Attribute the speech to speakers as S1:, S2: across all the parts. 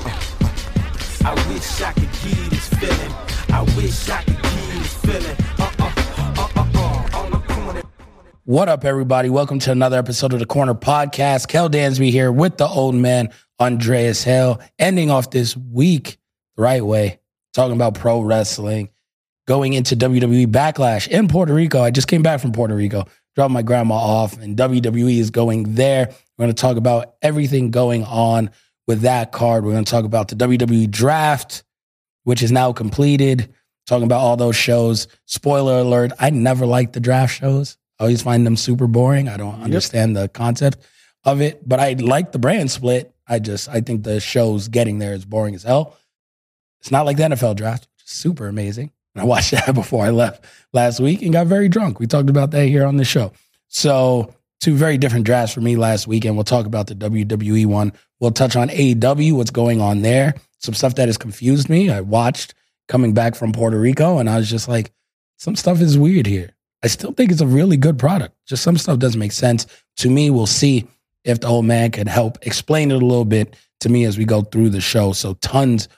S1: I wish I could give you this feeling. I wish I could give you this feeling. Uh uh uh uh uh. All I'm doing
S2: What up, everybody? Welcome to another episode of the Corner Podcast. Kel Dansby here with the old man, Andreas Hale, ending off this week the right way, talking about pro wrestling, going into WWE Backlash in Puerto Rico. I just came back from Puerto Rico, dropped my grandma off, and WWE is going there. We're going to talk about everything going on with that card. We're going to talk about the WWE draft, which is now completed. Talking about all those shows. Spoiler alert, I never liked the draft shows. I always find them super boring. I don't understand the concept of it, but I like the brand split. I just, I think the shows getting there is boring as hell. It's not like the NFL draft, which is super amazing. And I watched that before I left last week and got very drunk. We talked about that here on the show. So, two very different drafts for me last week, and we'll talk about the WWE one. We'll touch on AEW, what's going on there, some stuff that has confused me. I watched coming back from Puerto Rico, and I was just like, some stuff is weird here. I still think it's a really good product. Just some stuff doesn't make sense to me. We'll see if the old man could help explain it a little bit to me as we go through the show. So, tons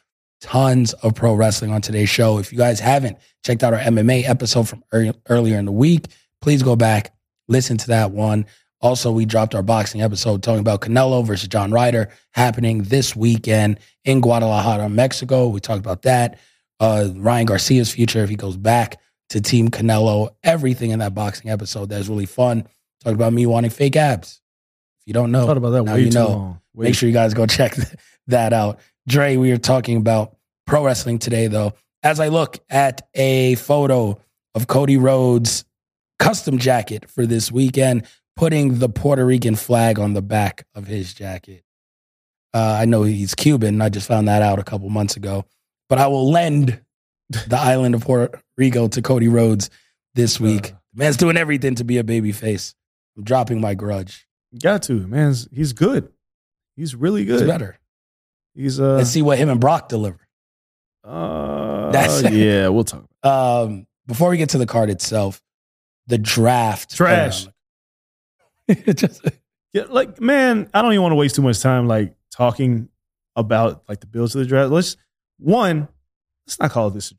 S2: tons of pro wrestling on today's show. If you guys haven't checked out our MMA episode from ear- earlier in the week, please go back, listen to that one. Also, we dropped our boxing episode talking about Canelo versus John Ryder happening this weekend in Guadalajara, Mexico. We talked about that. Uh, Ryan Garcia's future if he goes back to Team Canelo, everything in that boxing episode that was really fun. Talked about me wanting fake abs. If you don't know,
S3: Thought about that
S2: Oh, now
S3: way
S2: you
S3: too
S2: know.
S3: long. Way
S2: Make sure you guys go check that out. Dre, we are talking about pro wrestling today, though. As I look at a photo of Cody Rhodes' custom jacket for this weekend, putting the Puerto Rican flag on the back of his jacket. Uh, I know he's Cuban. I just found that out a couple months ago. But I will lend the island of Puerto Rico to Cody Rhodes this
S3: Uh.
S2: week. The man's doing everything to be a baby face. I'm dropping my grudge.
S3: Got to man. He's- He's good. He's really good.
S2: It's better.
S3: He's uh.
S2: Let's see what him and Brock deliver.
S3: uh
S2: That's-
S3: yeah. We'll talk.
S2: Um, before we get to the card itself, the draft
S3: Trash.
S2: Just-
S3: Yeah, like man, I don't even want to waste too much time like talking about like the builds of the draft. Let's one. Let's not call this a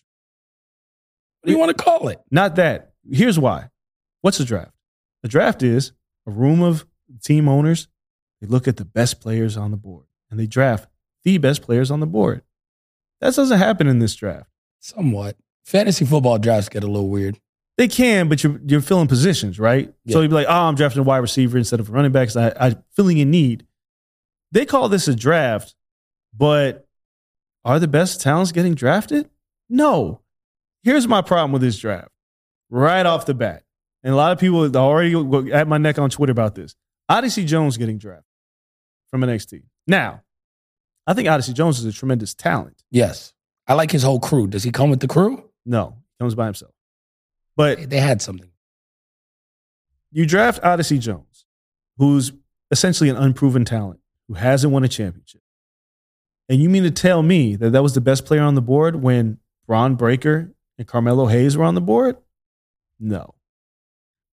S2: what do you want to call it?
S3: Not that. Here's why. What's a draft? A draft is a room of team owners. They look at the best players on the board and they draft the best players on the board. That doesn't happen in this draft.
S2: Somewhat. Fantasy football drafts get a little weird.
S3: They can, but you're you're filling positions, right? So
S2: Yeah.
S3: you'd be like, oh, I'm drafting a wide receiver instead of a running back. 'cause I, I'm filling a need. They call this a draft, but are the best talents getting drafted? No. Here's my problem with this draft, right off the bat, and a lot of people are already at my neck on Twitter about this. Odyssey Jones getting drafted from NXT. Now, I think Odyssey Jones is a tremendous talent.
S2: Yes. I like his whole crew. Does he come with the crew?
S3: No, he comes by himself. But
S2: They- They had something.
S3: you draft Odyssey Jones, who's essentially an unproven talent who hasn't won a championship. And you mean to tell me that that was the best player on the board when Braun Breaker and Carmelo Hayes were on the board? No.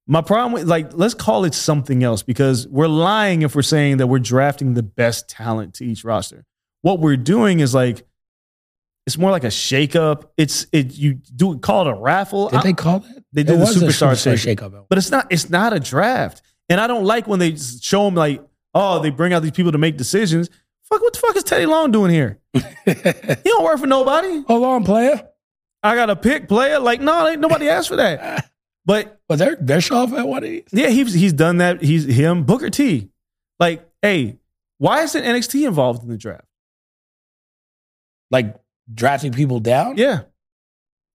S3: My problem with like let's call it something else because we're lying if we're saying that we're drafting the best talent to each roster. What we're doing is like it's more like a shakeup. It's it you do call it a raffle.
S2: Did
S3: I-
S2: they call that?
S3: They
S2: It
S3: did the
S2: was a
S3: superstar,
S2: superstar
S3: shake.
S2: shakeup.
S3: But it's not it's not a draft. And I don't like when they s- show them like, oh, they bring out these people to make decisions. Fuck, what the fuck is Teddy Long doing here? he don't work for nobody.
S2: Hold on, player.
S3: I got a pick player. Like, no, ain't nobody asked for that. But
S2: But they're they're off at one of these.
S3: yeah, he's he's done that. He's him, Booker T. Like, hey, why isn't NXT involved in the draft?
S2: Like drafting people down.
S3: Yeah.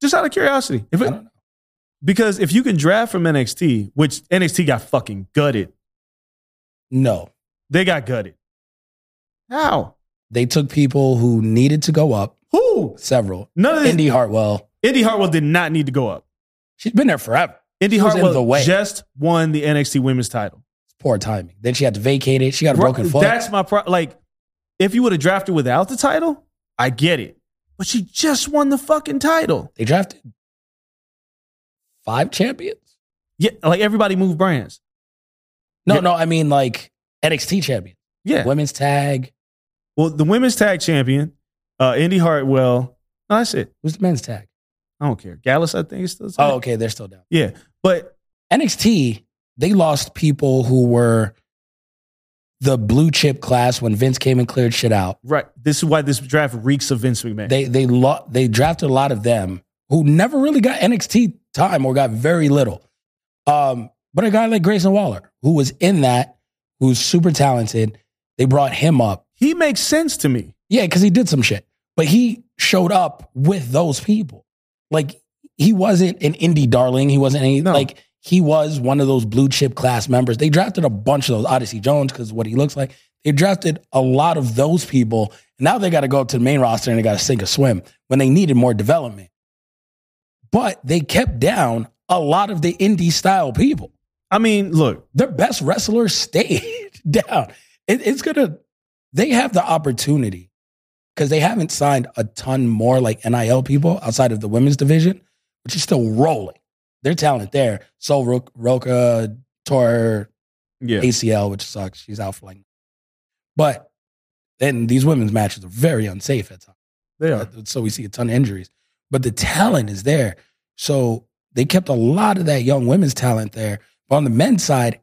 S3: Just out of curiosity. If
S2: I
S3: it,
S2: don't know.
S3: because if you can draft from NXT, which NXT got fucking gutted.
S2: No,
S3: They got gutted. How?
S2: they took people who needed to go up.
S3: Who?
S2: Several.
S3: None of this. Indy,
S2: Indy Hartwell.
S3: Hartwell did not need to go up.
S2: She's been there forever.
S3: Indy
S2: was in
S3: Hartwell
S2: the way.
S3: just won the NXT Women's Title.
S2: It's poor timing. Then she had to vacate it. She got a broken foot.
S3: That's my pro- like. If you would have drafted without the title, I get it. But she just won the fucking title.
S2: they drafted five champions.
S3: Yeah, like everybody moved brands.
S2: No,
S3: Yeah.
S2: no, I mean like NXT champion,
S3: Yeah.
S2: women's tag.
S3: Well, the women's tag champion, uh, Indy Hartwell. No, that's it.
S2: Who's the men's tag?
S3: I don't care. Gallus, I think, is still.
S2: Oh, okay, they're still down.
S3: yeah. But
S2: NXT, they lost people who were the blue chip class when Vince came and cleared shit out.
S3: right, this is why this draft reeks of Vince McMahon.
S2: They they lo- they drafted a lot of them who never really got NXT time or got very little. Um, but a guy like Grayson Waller, who was in that, who's super talented, they brought him up.
S3: he makes sense to me.
S2: Yeah, because he did some shit. But he showed up with those people. Like he wasn't an indie darling. He wasn't any
S3: No.
S2: like he was one of those blue chip class members. They drafted a bunch of those Odyssey Jones because what he looks like. They drafted a lot of those people. Now they got to go up to the main roster and they got to sink or swim when they needed more development. But they kept down a lot of the indie style people
S3: I mean, look,
S2: their best wrestlers stayed down. It, it's gonna. They have the opportunity because they haven't signed a ton more like NIL people outside of the women's division, which is still rolling. Their talent there. So Ro- Roca tore her
S3: yeah,
S2: ACL, which sucks. She's out for like. But then these women's matches are very unsafe at times.
S3: they are.
S2: Uh, So we see a ton of injuries, but the talent is there. So they kept a lot of that young women's talent there. But on the men's side,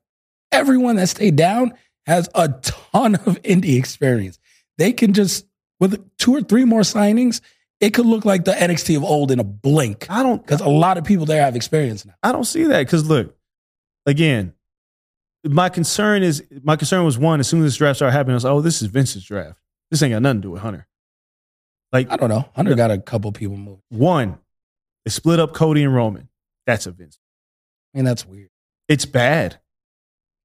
S2: everyone that stayed down has a ton of indie experience. They can just, with two or three more signings, it could look like the NXT of old in a blink
S3: I don't
S2: because a lot of people there have experience now.
S3: I don't see that because look, again, my concern is my concern was one. As soon as this draft started happening, I was like, oh, this is Vince's draft. This ain't got nothing to do with Hunter. Like
S2: I don't know. Hunter got a couple people moved.
S3: one, it split up Cody and Roman. That's a Vince.
S2: I mean, that's weird.
S3: It's bad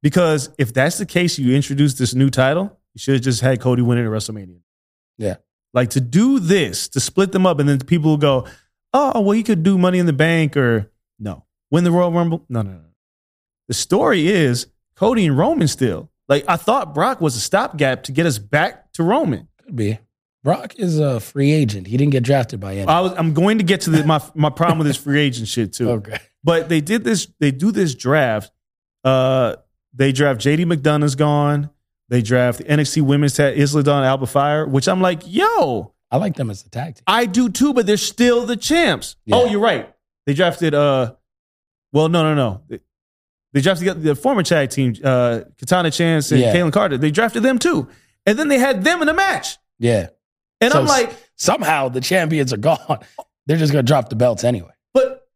S3: because if that's the case, you introduce this new title. You should have just had Cody win it at WrestleMania.
S2: Yeah.
S3: like to do this to split them up, and then people will go, oh, well, he could do Money in the Bank or no, win the Royal Rumble. No, no, no. The story is Cody and Roman still. Like I thought Brock was a stopgap to get us back to Roman.
S2: Could be. Brock is a free agent. He didn't get drafted by any.
S3: I was, I'm going to get to the, my my problem with this free agent shit too.
S2: okay.
S3: But they did this. They do this draft. Uh, they draft JD McDonough's gone. They draft the NXT Women's Tag Isla Dawn Alba Fire, which I'm like, yo,
S2: I like them as a tag team.
S3: I do too, but they're still the champs.
S2: Yeah.
S3: Oh, you're right. They drafted uh well, no, no, no. They- They drafted the the former tag team, uh Katana Chance and
S2: Yeah.
S3: Kaylin Carter. They drafted them too. And then they had them in a match.
S2: Yeah.
S3: And
S2: So
S3: I'm
S2: s-
S3: like,
S2: somehow the champions are gone. They're just gonna drop the belts anyway.
S3: but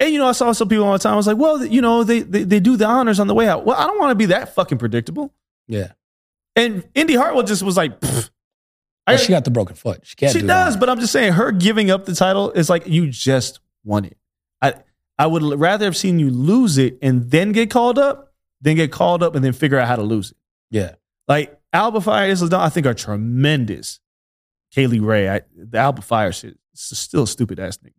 S3: and you know, I saw some people all the time. I was like, well, you know, they they, they do the honors on the way out. Well, I don't want to be that fucking predictable.
S2: Yeah,
S3: And Indy Hartwell just was like, "Pfft." I-
S2: But she got the broken foot. She can't.
S3: she
S2: do
S3: does,
S2: That.
S3: but I'm just saying her giving up the title is like you just won it. I I would l- rather have seen you lose it and then get called up, than get called up and then figure out how to lose it.
S2: Yeah,
S3: Like Alba Fire and Isla Dawn, I think are tremendous. Kaylee Ray, I, the Alba Fire shit, it's still a stupid ass nigga.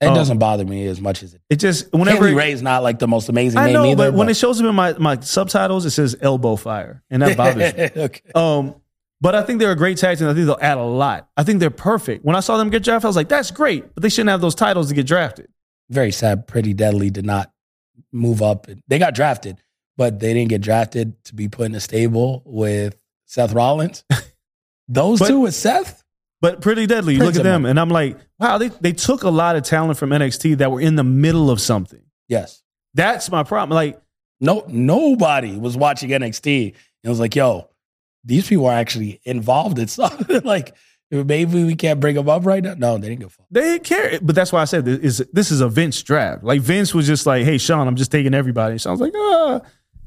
S2: it
S3: Oh.
S2: doesn't bother me as much as it.
S3: It just whenever
S2: Whenever Kaylee Ray's not like the most amazing
S3: I
S2: name
S3: know,
S2: either.
S3: but when it shows up in my my subtitles, it says Elbow Fire, and that bothers me.
S2: okay.
S3: Um, but I think they're a great tag team. I think they'll add a lot. I think they're perfect. When I saw them get drafted, I was like, that's great, but they shouldn't have those titles to get drafted.
S2: Very sad. Pretty deadly did not move up. They got drafted, but they didn't get drafted to be put in a stable with Seth Rollins. Those
S3: But-
S2: two with Seth,
S3: But pretty deadly. You
S2: Prince
S3: look at
S2: of
S3: them, and I'm like, wow, they, they took a lot of talent from NXT that were in the middle of something.
S2: yes.
S3: That's my problem. Like,
S2: No, nobody was watching NXT and was like, "Yo, these people are actually involved in something." like, maybe we can't bring them up right now. No, they didn't give a fuck.
S3: they didn't care. But that's why I said this is, this is a Vince draft. Like, Vince was just like, hey, Sean, I'm just taking everybody. And Sean's like, ah.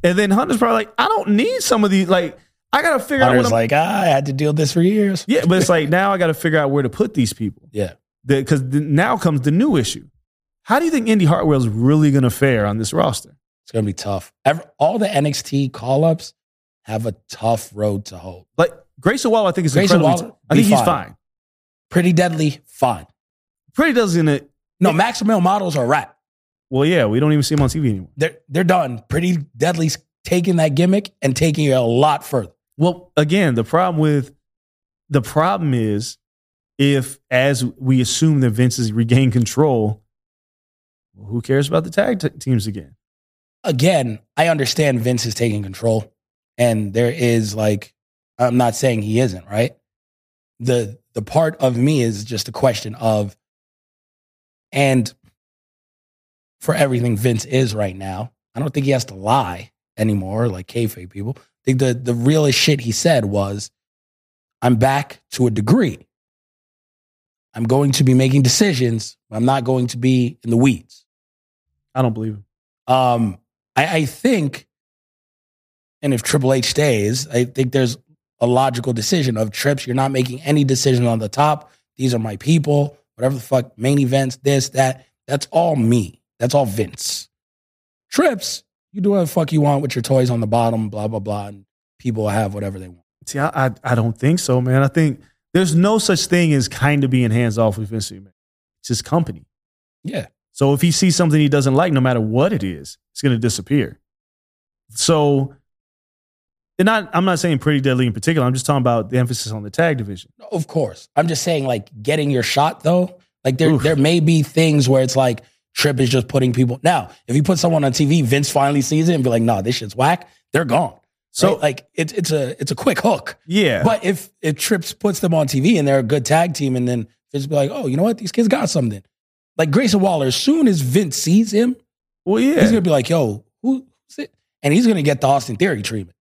S3: And then Hunter's probably like, I don't need some of these. Like, I got to figure out what
S2: Hunter's
S3: I'm.
S2: like, ah, "I had to deal with this for years."
S3: yeah, but it's like, now I got to figure out where to put these people.
S2: Yeah,
S3: Because now comes the new issue. How do you think Indy Hartwell's really going to fare on this roster?
S2: it's gonna be tough. Ever, all the NXT call ups have a tough road to hoe.
S3: Like, Grayson Waller, I think is
S2: Grayson
S3: incredibly.
S2: Waller,
S3: I think
S2: be
S3: he's
S2: fine.
S3: fine.
S2: Pretty deadly, fine.
S3: Pretty doesn't.
S2: No, Maximil models are a wrap.
S3: Well, yeah, we don't even see him on TV anymore.
S2: They're they're done. Pretty deadly's taking that gimmick and taking it a lot further.
S3: Well, again, the problem with the problem is if, as we assume that Vince has regained control, well, who cares about the tag t- teams again?
S2: again, I understand Vince is taking control, and there is like, I'm not saying he isn't right. the The part of me is just a question of, and for everything Vince is right now, I don't think he has to lie anymore, like kayfabe people. I think the the realest shit he said was, "I'm back to a degree. I'm going to be making decisions. I'm not going to be in the weeds."
S3: I don't believe him.
S2: Um, I, I think, and if Triple H stays, I think there's a logical decision of trips. You're not making any decision on the top. These are my people. Whatever the fuck, main events, this, that. That's all me. That's all Vince. Trips, you do whatever the fuck you want with your toys on the bottom, blah, blah, blah. And people have whatever they want.
S3: See, I, I, I don't think so, man. I think there's no such thing as kind of being hands off with Vince McMahon. It's his company.
S2: Yeah.
S3: So if he sees something he doesn't like, no matter what it is, it's going to disappear. So, and I, I'm not saying pretty deadly in particular. I'm just talking about the emphasis on the tag division.
S2: Of course. I'm just saying, like, getting your shot though. Like there,
S3: Oof.
S2: there may be things where it's like Trip is just putting people. Now, if you put someone on TV, Vince finally sees it and be like, "Nah, this shit's whack." They're gone. So
S3: So,
S2: like, it's it's a it's a quick hook.
S3: yeah.
S2: But if if Trips puts them on TV and they're a good tag team, and then Vince be like, "Oh, you know what? These kids got something." Like Grayson Waller, as soon as Vince sees him,
S3: well, yeah.
S2: he's gonna be like, "Yo, who's it?" And he's gonna get the Austin Theory treatment,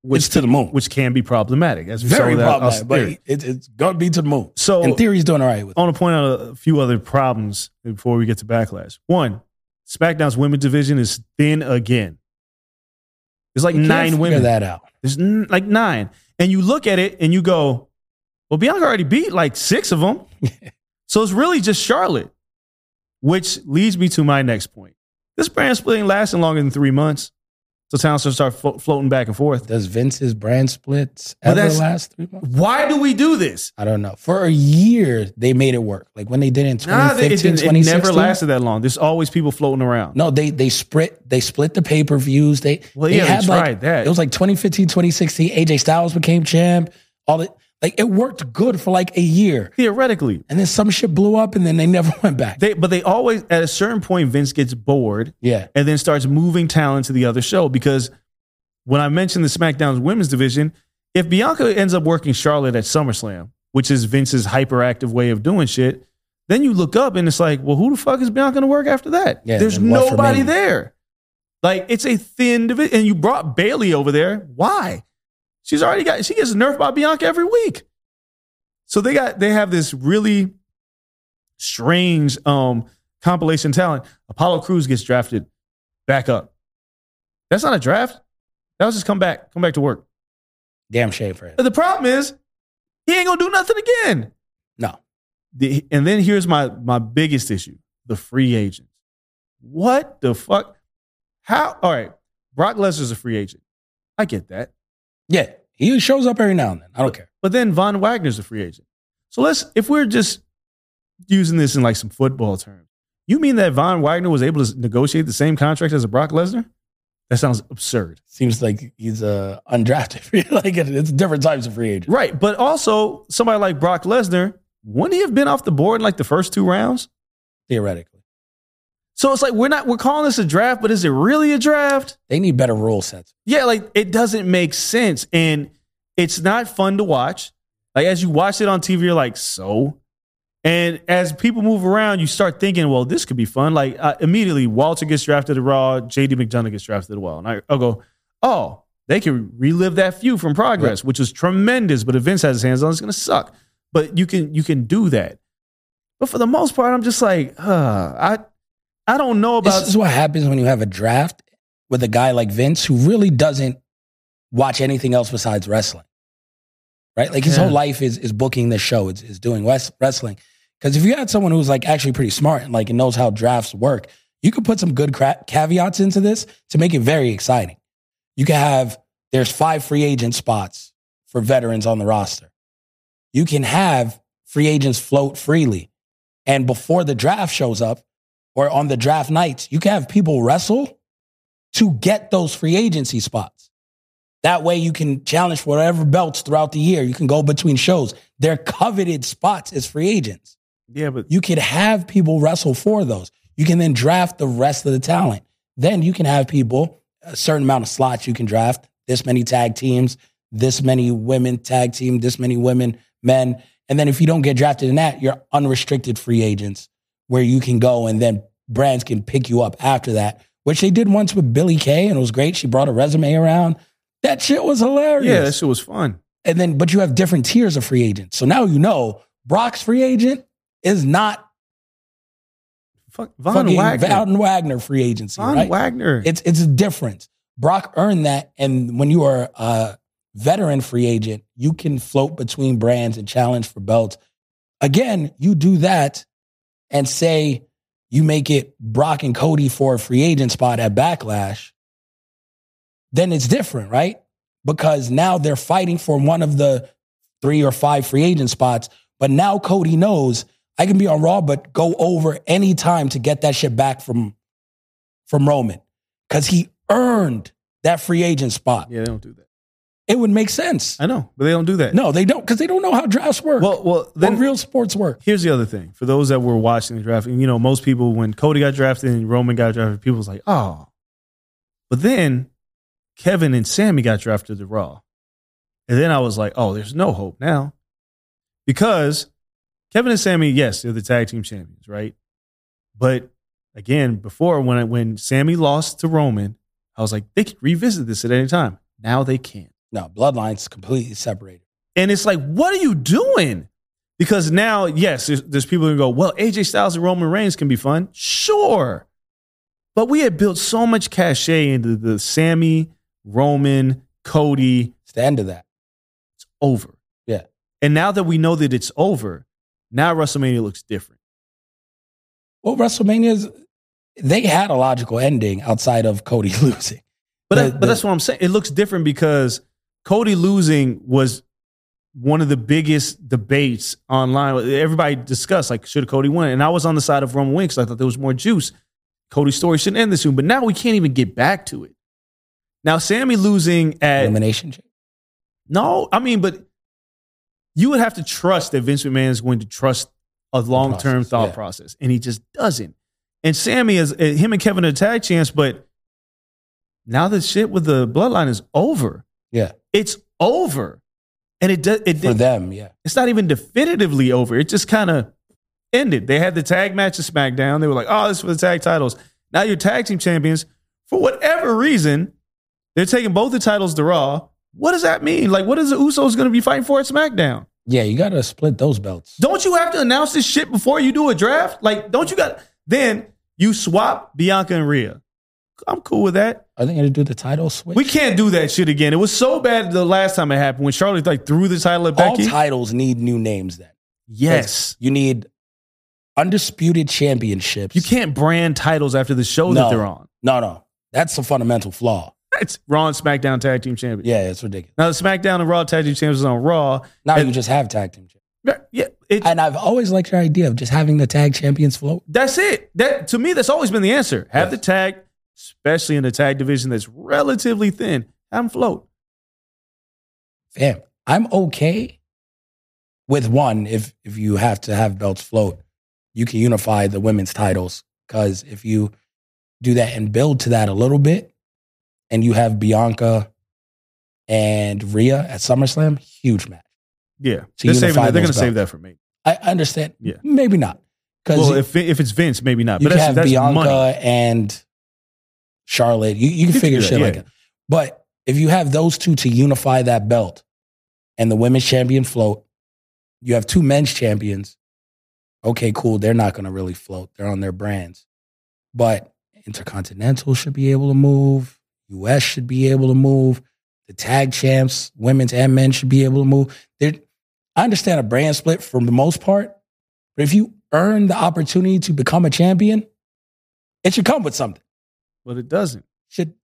S2: which
S3: which
S2: to the moon,
S3: which can be problematic. As we
S2: very
S3: saw with
S2: problematic.
S3: Austin
S2: But
S3: Theory.
S2: it, it's gonna be to the moon.
S3: So
S2: and Theory's doing all right with.
S3: I want to point out a few other problems before we get to backlash. One, SmackDown's women's division is thin again. There's like
S2: You can't
S3: nine
S2: figure
S3: women.
S2: that out.
S3: There's n- like nine, and you look at it and you go, "Well, Bianca already beat like six of them." so it's really just Charlotte, which leads me to my next point. This brand split ain't lasting longer than three months, so towns start flo- floating back and forth.
S2: Does Vince's brand splits
S3: But
S2: ever
S3: that's-
S2: last three months?
S3: Why do we do this?
S2: I don't know. For a year, they made it work. Like when they did it in
S3: Nah, it,
S2: 2015,
S3: didn't- it
S2: 2016.
S3: never lasted that long. There's always people floating around.
S2: No, they they split they split the pay per views. They
S3: Well, yeah, they
S2: had
S3: tried
S2: like,
S3: that.
S2: It was like 2015, 2016. AJ Styles became champ. All that like it worked good for like a year,
S3: Theoretically,
S2: and then some shit blew up, and then they never went back.
S3: they but they always at a certain point Vince gets bored
S2: yeah,
S3: and then starts moving talent to the other show because when I mentioned the SmackDown's women's division, if Bianca ends up working Charlotte at SummerSlam, which is Vince's hyperactive way of doing shit, then you look up and it's like, well, who the fuck is Bianca going to work after that?
S2: Yeah,
S3: There's
S2: then what for
S3: nobody
S2: Mania?
S3: there. Like it's a thin division, and you brought Bailey over there. Why? She's already got. She gets nerfed by Bianca every week. So they got. They have this really strange um compilation talent. Apollo Cruz gets drafted back up. That's not a draft. That was just come back, come back to work.
S2: damn shame for him.
S3: But the problem is he ain't gonna do nothing again.
S2: No,
S3: The- and then here's my my biggest issue: the free agents. What the fuck? How? All right, Brock Lesnar's a free agent. I get that.
S2: yeah, he shows up every now and then. I don't care.
S3: But then Von Wagner's a free agent. So let's, if we're just using this in like some football terms, you mean that Von Wagner was able to negotiate the same contract as a Brock Lesnar? That sounds absurd.
S2: Seems like he's uh, undrafted. like it's different types of free agents.
S3: Right. But also, somebody like Brock Lesnar, wouldn't he have been off the board in like the first two rounds?
S2: theoretically.
S3: So it's like we're not we're calling this a draft, but is it really a draft?
S2: They need better rule sets.
S3: Yeah, like it doesn't make sense, and it's not fun to watch. Like as you watch it on TV, you're like, so. And as people move around, you start thinking, well, this could be fun. Like uh, immediately, Walter gets drafted to Raw, JD McDonough gets drafted to the Raw, and I, I'll go, oh, they can relive that feud from Progress, which is tremendous. But if Vince has his hands on, it, it's going to suck. But you can you can do that. But for the most part, I'm just like, uh, I I don't know about
S2: This is what happens when you have a draft with a guy like Vince who really doesn't watch anything else besides wrestling. Right? Like his
S3: Yeah.
S2: whole life is is booking this show, is, is doing wes- wrestling. Because if you had someone who's like actually pretty smart and like knows how drafts work, you could put some good cra- caveats into this to make it very exciting. You can have there's five free agent spots for veterans on the roster. You can have free agents float freely. And before the draft shows up or on the draft nights, you can have people wrestle to get those free agency spots. That way you can challenge for whatever belts throughout the year. You can go between shows. They're coveted spots as free agents.
S3: yeah, but
S2: You could have people wrestle for those. You can then draft the rest of the talent. Then you can have people, a certain amount of slots you can draft, this many tag teams, this many women tag team, this many women, men. And then if you don't get drafted in that, you're unrestricted free agents where you can go and then brands can pick you up after that, which they did once with Billy Kay and it was great. She brought a resume around. That shit was hilarious.
S3: yeah, that shit was fun.
S2: And then, but you have different tiers of free agents. So now you know Brock's free agent is not
S3: Fuck, Von
S2: fucking
S3: Wagner.
S2: Von Wagner free agency,
S3: Von
S2: right?
S3: Wagner.
S2: It's it's a difference. Brock earned that, and when you are a veteran free agent, you can float between brands and challenge for belts. Again, you do that, and say you make it Brock and Cody for a free agent spot at Backlash. Then it's different, right? Because now they're fighting for one of the three or five free agent spots. But now Cody knows I can be on Raw, but go over any time to get that shit back from from Roman because he earned that free agent spot.
S3: yeah, they don't do that.
S2: It would make sense.
S3: I know, but they don't do that.
S2: No, they don't because they don't know how drafts work
S3: Well, well,
S2: or
S3: then
S2: real sports work.
S3: here's the other thing. For those that were watching the draft, and you know, most people when Cody got drafted and Roman got drafted, people was like, oh. But then Kevin and Sammy got drafted to Raw. And then I was like, oh, there's no hope now. Because Kevin and Sammy, yes, they're the tag team champions, right? But again, before when I, when Sammy lost to Roman, I was like, they could revisit this at any time. Now they can't.
S2: No, bloodlines completely separated.
S3: And it's like, what are you doing? Because now, yes, there's, there's people who go, well, AJ Styles and Roman Reigns can be fun. Sure. But we had built so much cachet into the Sammy, Roman, Cody,
S2: It's the end of that.
S3: it's over.
S2: Yeah.
S3: And now that we know that it's over, now WrestleMania looks different.
S2: Well, WrestleMania's they had a logical ending outside of Cody losing.
S3: But,
S2: The-
S3: that-
S2: the-
S3: but that's what I'm saying. It looks different because Cody losing was one of the biggest debates online. Everybody discussed like should Cody win, and I was on the side of Roman Reigns. 'cause I thought there was more juice. Cody's story shouldn't end this soon, but now we can't even get back to it. Now Sammy losing at
S2: elimination. chamber.
S3: no, I mean, but you would have to trust that Vince McMahon is going to trust a long term
S2: process,
S3: thought
S2: yeah.
S3: process, and he just doesn't. And Sammy is eh, him and Kevin are tag champs, but now the shit with the bloodline is over.
S2: Yeah,
S3: It's over, and it does. It,
S2: for
S3: it
S2: them. Yeah,
S3: it's not even definitively over. It just kind of ended. They had the tag match of SmackDown. They were like, "Oh, this is for the tag titles." Now you're tag team champions for whatever reason. They're taking both the titles to Raw. What does that mean? Like, what is the Usos going to be fighting for at SmackDown?
S2: yeah. You got to split those belts.
S3: Don't you have to announce this shit before you do a draft? Like, don't you got? Then you swap Bianca and Rhea. I'm cool with that.
S2: Are they going to do the title switch?
S3: We can't do that shit again. It was so bad the last time it happened when Charlotte like threw the title at
S2: All
S3: Becky.
S2: titles need new names. Then
S3: yes.
S2: you need undisputed championships.
S3: You can't brand titles after the show that
S2: No.
S3: they're on.
S2: No, no, that's a fundamental flaw.
S3: It's Raw and SmackDown Tag Team Champions.
S2: Yeah, it's ridiculous.
S3: Now the SmackDown and Raw Tag Team Champions is on Raw.
S2: Now
S3: And-
S2: you just have tag team. champions.
S3: Yeah, it,
S2: And I've always liked your idea of just having the tag champions float.
S3: that's it. That to me, that's always been the answer. Have the tag, especially in the tag division that's relatively thin. Have them float.
S2: fam, I'm okay with one if if you have to have belts float. You can unify the women's titles Because if you do that and build to that a little bit, and you have Bianca and Rhea at SummerSlam, huge match.
S3: Yeah,
S2: To
S3: they're, saving
S2: unify
S3: that. they're
S2: those
S3: going to save
S2: belts.
S3: that for me.
S2: I I understand.
S3: Yeah.
S2: Maybe not. Because
S3: Well, if if it's Vince, maybe not.
S2: you
S3: But
S2: can
S3: that's,
S2: have
S3: that's
S2: Bianca
S3: money.
S2: and Charlotte. You, you can
S3: could
S2: figure
S3: do that,
S2: shit like
S3: yeah.
S2: that. But if you have those two to unify that belt and the women's champion float, you have two men's champions. Okay, cool. They're not going to really float. They're on their brands. But Intercontinental should be able to move. US should be able to move. The tag champs, women's and men, should be able to move. There, I understand a brand split for the most part, but if you earn the opportunity to become a champion, it should come with something.
S3: But it doesn't.
S2: Should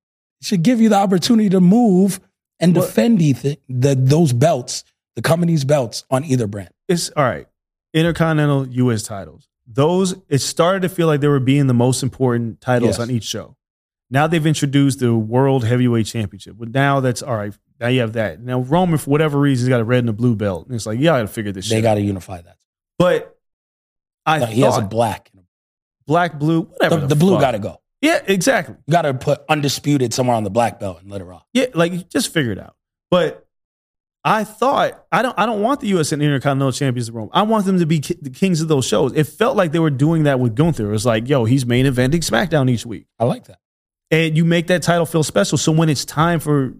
S2: should give you the opportunity to move and
S3: Well-
S2: defend the, thi- the those belts, the company's belts on either brand.
S3: It's all right. Intercontinental U.S. titles. Those it started to feel like they were being the most important titles
S2: Yes.
S3: on each show. Now they've introduced the World Heavyweight Championship. But now that's all right. Now you have that. Now Roman, for whatever reason, has got a red and a blue belt, and it's like, yeah, I got to figure this
S2: They
S3: shit.
S2: got to unify that.
S3: but I
S2: No,
S3: thought
S2: he has a black.
S3: black, blue, whatever.
S2: The, the blue
S3: fuck.
S2: got to go.
S3: Yeah, exactly.
S2: You got to put undisputed somewhere on the black belt and let it rock.
S3: Yeah, like you just figure it out. But I thought I don't I don't want the U.S. and Intercontinental Champions to roam. I want them to be ki- the kings of those shows. It felt like they were doing that with Gunther. It was like, yo, he's main eventing SmackDown each week,
S2: I like that.
S3: and you make that title feel special. So when it's time for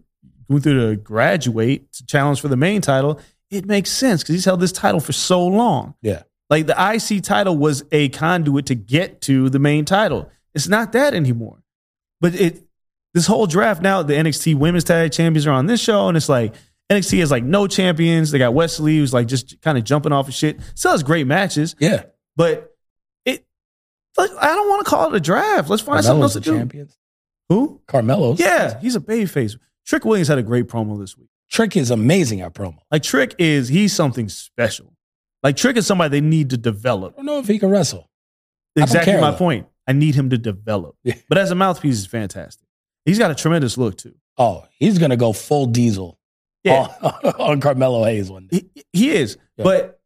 S3: Gunther to graduate to challenge for the main title, it makes sense because he's held this title for so long.
S2: Yeah.
S3: Like the IC title was a conduit to get to the main title. It's not that anymore. But it this whole draft now, the NXT women's tag champions are on this show, and it's like NXT has like no champions. They got Wesley who's like just kind of jumping off of shit. Still has great matches,
S2: Yeah.
S3: but it but I don't want to call it a draft. Let's find something
S2: Carmelo's
S3: else to
S2: the
S3: do.
S2: champion.
S3: Who?
S2: Carmelo's.
S3: Yeah, he's a babyface. Trick Williams had a great promo this week.
S2: Trick is amazing at promo.
S3: Like Trick is he's something special. Like Trick is somebody they need to develop.
S2: I don't know if he can wrestle. don't
S3: Exactly
S2: care,
S3: my
S2: though.
S3: point. I need him to develop.
S2: Yeah.
S3: But as a mouthpiece, he's fantastic. He's got a tremendous look too.
S2: Oh, he's going to go full diesel
S3: Yeah,
S2: on, on Carmelo Hayes one day.
S3: he, he is.
S2: Yeah.
S3: But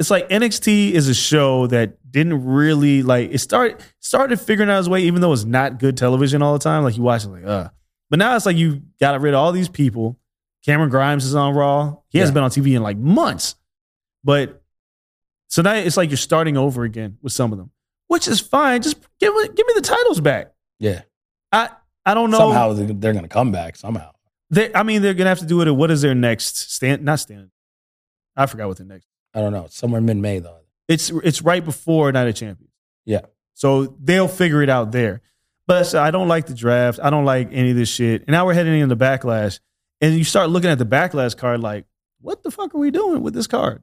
S3: it's like NXT is a show that didn't really like it. Started started figuring out his way, even though it's not good television all the time. Like you watch it, like uh. But now it's like you got rid of all these people. Cameron Grimes is on Raw. He hasn't
S2: Yeah.
S3: been on TV in like months. But so now it's like you're starting over again with some of them, which is fine. Just give me- give me the titles back.
S2: Yeah.
S3: I I don't know.
S2: Somehow they- they're going to come back somehow.
S3: They, I mean, they're gonna have to do it. At what is their next stand? Not stand. I forgot what their next.
S2: I don't know. Somewhere mid May though.
S3: It's it's right before Night of Champions.
S2: Yeah.
S3: So they'll figure it out there. But so I don't like the draft. I don't like any of this shit. And now we're heading into backlash, and you start looking at the backlash card like, what the fuck are we doing with this card?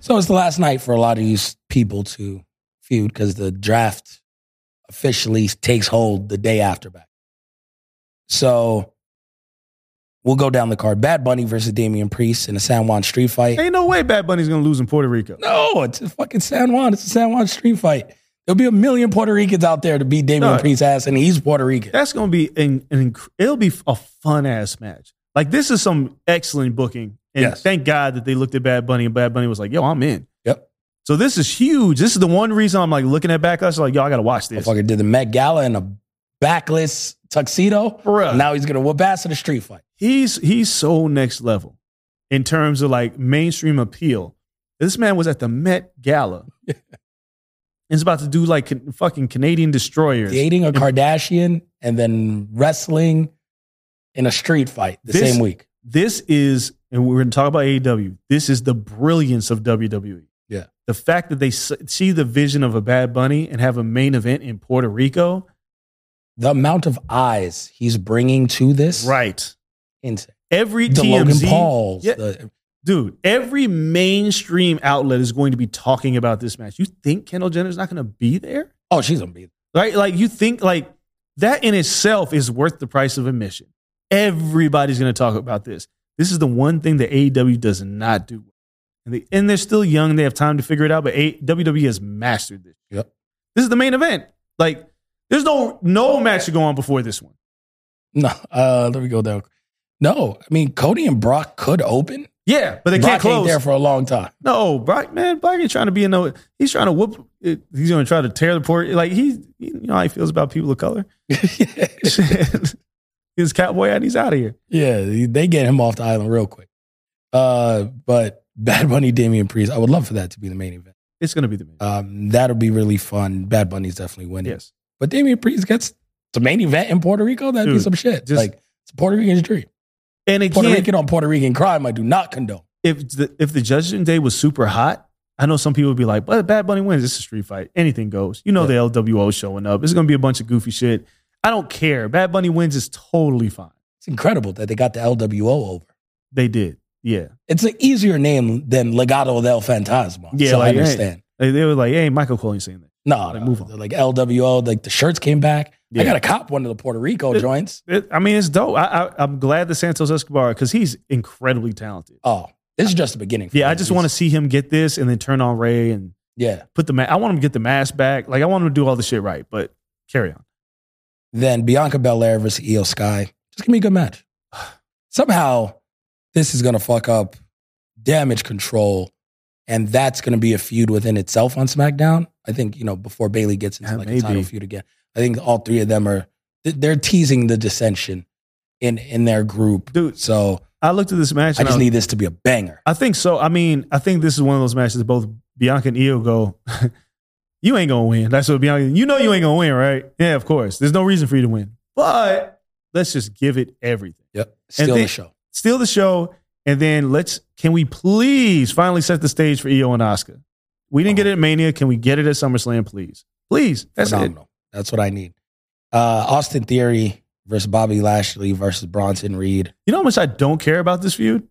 S2: So it's the last night for a lot of these people to feud because the draft officially takes hold the day after back. So we'll go down the card. Bad Bunny versus Damian Priest in a San Juan street fight.
S3: Ain't no way Bad Bunny's gonna lose in Puerto Rico.
S2: No, it's a fucking San Juan. It's a San Juan street fight. There'll be a million Puerto Ricans out there to beat Damian
S3: No.
S2: Priest's ass, and he's Puerto Rican.
S3: That's going to be an, an inc- it'll be a fun ass match. Like this is some excellent booking, and
S2: Yes.
S3: thank God that they looked at Bad Bunny and Bad Bunny was like, "Yo, I'm in."
S2: Yep.
S3: So this is huge. This is the one reason I'm like looking at Backlash. Like, yo, I got to watch this.
S2: Motherfucker did the Met Gala in a backless tuxedo.
S3: Bruh.
S2: Now he's gonna whoop ass in a street fight.
S3: he's he's so next level in terms of like mainstream appeal. This man was at the Met Gala. He's about to do like can, fucking Canadian destroyers.
S2: Dating a Kardashian and then wrestling in a street fight the
S3: This-
S2: same week.
S3: This is, and we're going to talk about AEW. This is the brilliance of WWE.
S2: Yeah.
S3: the fact that they s- see the vision of a Bad Bunny and have a main event in Puerto Rico.
S2: The amount of eyes he's bringing to this,
S3: Right.
S2: Insane.
S3: Every
S2: The
S3: TMZ,
S2: Logan Pauls.
S3: Yeah,
S2: the-
S3: dude. Every mainstream outlet is going to be talking about this match. You think Kendall Jenner's not going to be there?
S2: oh, she's gonna be.
S3: right? Like you think like that in itself is worth the price of admission. Everybody's going to talk about this. This is the one thing that AEW does not do, and they and they're still young. They have time to figure it out. But A, WWE has mastered this.
S2: Yep.
S3: This is the main event. Like there's no no match to go on before this one.
S2: No, uh, let me go down. No, I mean Cody and Brock could open.
S3: Yeah, but they
S2: Brock
S3: can't
S2: ain't there
S3: close.
S2: for a long time.
S3: No, Brock, man, Brock ain't trying to be a no. He's trying to whoop. He's going to try to tear the port. Like he, you know how he feels about people of color. His cowboy and he's out of here.
S2: Yeah, they get him off the island real quick. Uh, but Bad Bunny, Damian Priest, I would love for that to be the main event.
S3: It's going to be the main.
S2: Um, that'll be really fun. Bad Bunny's definitely winning.
S3: Yes.
S2: But Damian Priest gets the main event in Puerto Rico. That'd be
S3: Dude,
S2: some shit.
S3: just-
S2: like it's Puerto Rican's dream.
S3: And again,
S2: Puerto Rican on Puerto Rican crime. I do not condone.
S3: if the if the judgment day was super hot, I know some people would be like, "But Bad Bunny wins. It's a street fight. Anything goes." You know
S2: Yeah.
S3: the LWO showing up. It's going to be a bunch of goofy shit. I don't care. Bad Bunny wins is totally fine.
S2: It's incredible that they got the LWO over.
S3: They did. Yeah.
S2: It's an easier name than Legado del Fantasma.
S3: Yeah,
S2: so
S3: like,
S2: I
S3: hey.
S2: understand.
S3: They, they were like, "Hey, Michael Cole ain't saying that."
S2: No, no,
S3: Like, move on.
S2: Like LWO, like the shirts came back. I
S3: Yeah.
S2: got to cop one of the Puerto Rico
S3: It-
S2: joints.
S3: It- I mean, it's dope. I, I, I'm glad that Santos Escobar because he's incredibly talented.
S2: Oh, this is just the beginning. for
S3: Yeah,
S2: me,
S3: I
S2: at
S3: just want to
S2: least.
S3: see him get this and then turn on Ray and
S2: Yeah.
S3: put the. Ma- I want him to get the mask back. Like I want him to do all the shit right. But carry on.
S2: Then Bianca Belair versus Io Sky. Just give me a good match. Somehow, this is gonna fuck up damage control, and that's gonna be a feud within itself on SmackDown. I think you know before Bailey gets into
S3: Yeah,
S2: like
S3: maybe.
S2: a title feud again. I think all three of them are th- they're teasing the dissension in in their group.
S3: Dude.
S2: So
S3: I looked at this match.
S2: I
S3: and
S2: just
S3: was-
S2: need this to be a banger.
S3: I think so. I mean, I think this is one of those matches both Bianca and Io go, you ain't gonna win. That's what Bianca, you know you ain't gonna win, right? Yeah, of course. There's no reason for you to win. But let's just give it everything.
S2: Yep. Still the
S3: then-
S2: show.
S3: Steal the show, and then let's can we please finally set the stage for Io and Oscar? We didn't get it at Mania. Can we get it at SummerSlam, please? Please. That's
S2: phenomenal. That's what I need. Uh, Austin Theory versus Bobby Lashley versus Bronson Reed.
S3: it. You know how much I don't care about this feud?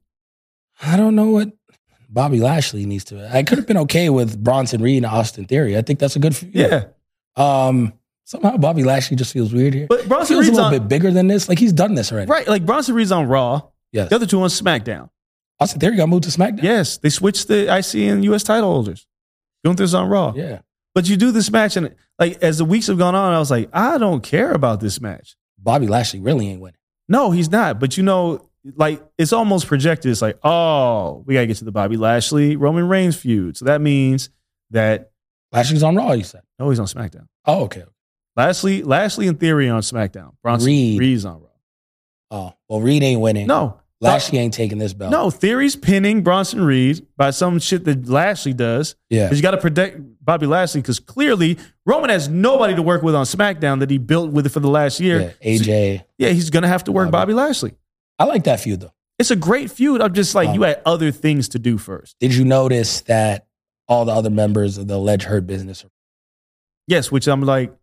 S2: I don't know what Bobby Lashley needs to. I could have been okay with Bronson Reed and Austin Theory. I think that's a good. feud.
S3: Yeah.
S2: Um. Somehow Bobby Lashley just feels weird here.
S3: But
S2: he
S3: Bronson
S2: feels a
S3: Reed's
S2: little
S3: on
S2: bit bigger than this. Like he's done this already.
S3: Right, like Bronson Reed's on Raw.
S2: Yes.
S3: The other two on SmackDown.
S2: Austin Theory got moved to SmackDown.
S3: Yes, they switched the IC and US title holders. Gunther's on Raw.
S2: Yeah.
S3: But you do this match, and like as the weeks have gone on, I was like, I don't care about this match.
S2: Bobby Lashley really ain't winning.
S3: No, he's not. But you know, like it's almost projected. It's like, oh, we gotta get to the Bobby Lashley Roman Reigns feud. So that means that
S2: Lashley's on Raw. You said.
S3: no, he's on SmackDown.
S2: Oh, okay.
S3: Lashley, Lashley in theory on SmackDown. Bronson
S2: Reed.
S3: Reed's on Raw.
S2: Oh, well, Reed ain't winning.
S3: No,
S2: Lashley ain't taking this belt.
S3: no. Theory's pinning Bronson Reed by some shit that Lashley does.
S2: Yeah.
S3: Because you got to protect Bobby Lashley because clearly Roman has nobody to work with on SmackDown that he built with it for the last year.
S2: yeah. AJ.
S3: Yeah, he's gonna have to work
S2: Bobby.
S3: Bobby Lashley.
S2: I like that feud though.
S3: It's a great feud. I'm just like
S2: Wow.
S3: you had other things to do first.
S2: Did you notice that all the other members of the alleged hurt business?
S3: Yes, which I'm like,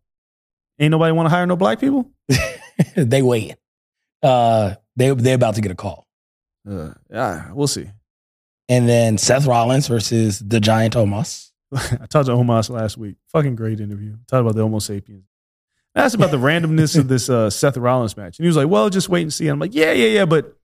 S3: ain't nobody want to hire no black people.
S2: they waiting. Uh, they they about to get a call.
S3: Uh, yeah, we'll see.
S2: And then Seth Rollins versus the Giant Omos.
S3: I talked to Omos last week. Fucking great interview. Talked about the Homo sapiens. I asked about the randomness of this uh, Seth Rollins match, and he was like, "Well, just wait and see." I'm like, "Yeah, yeah, yeah," but ain't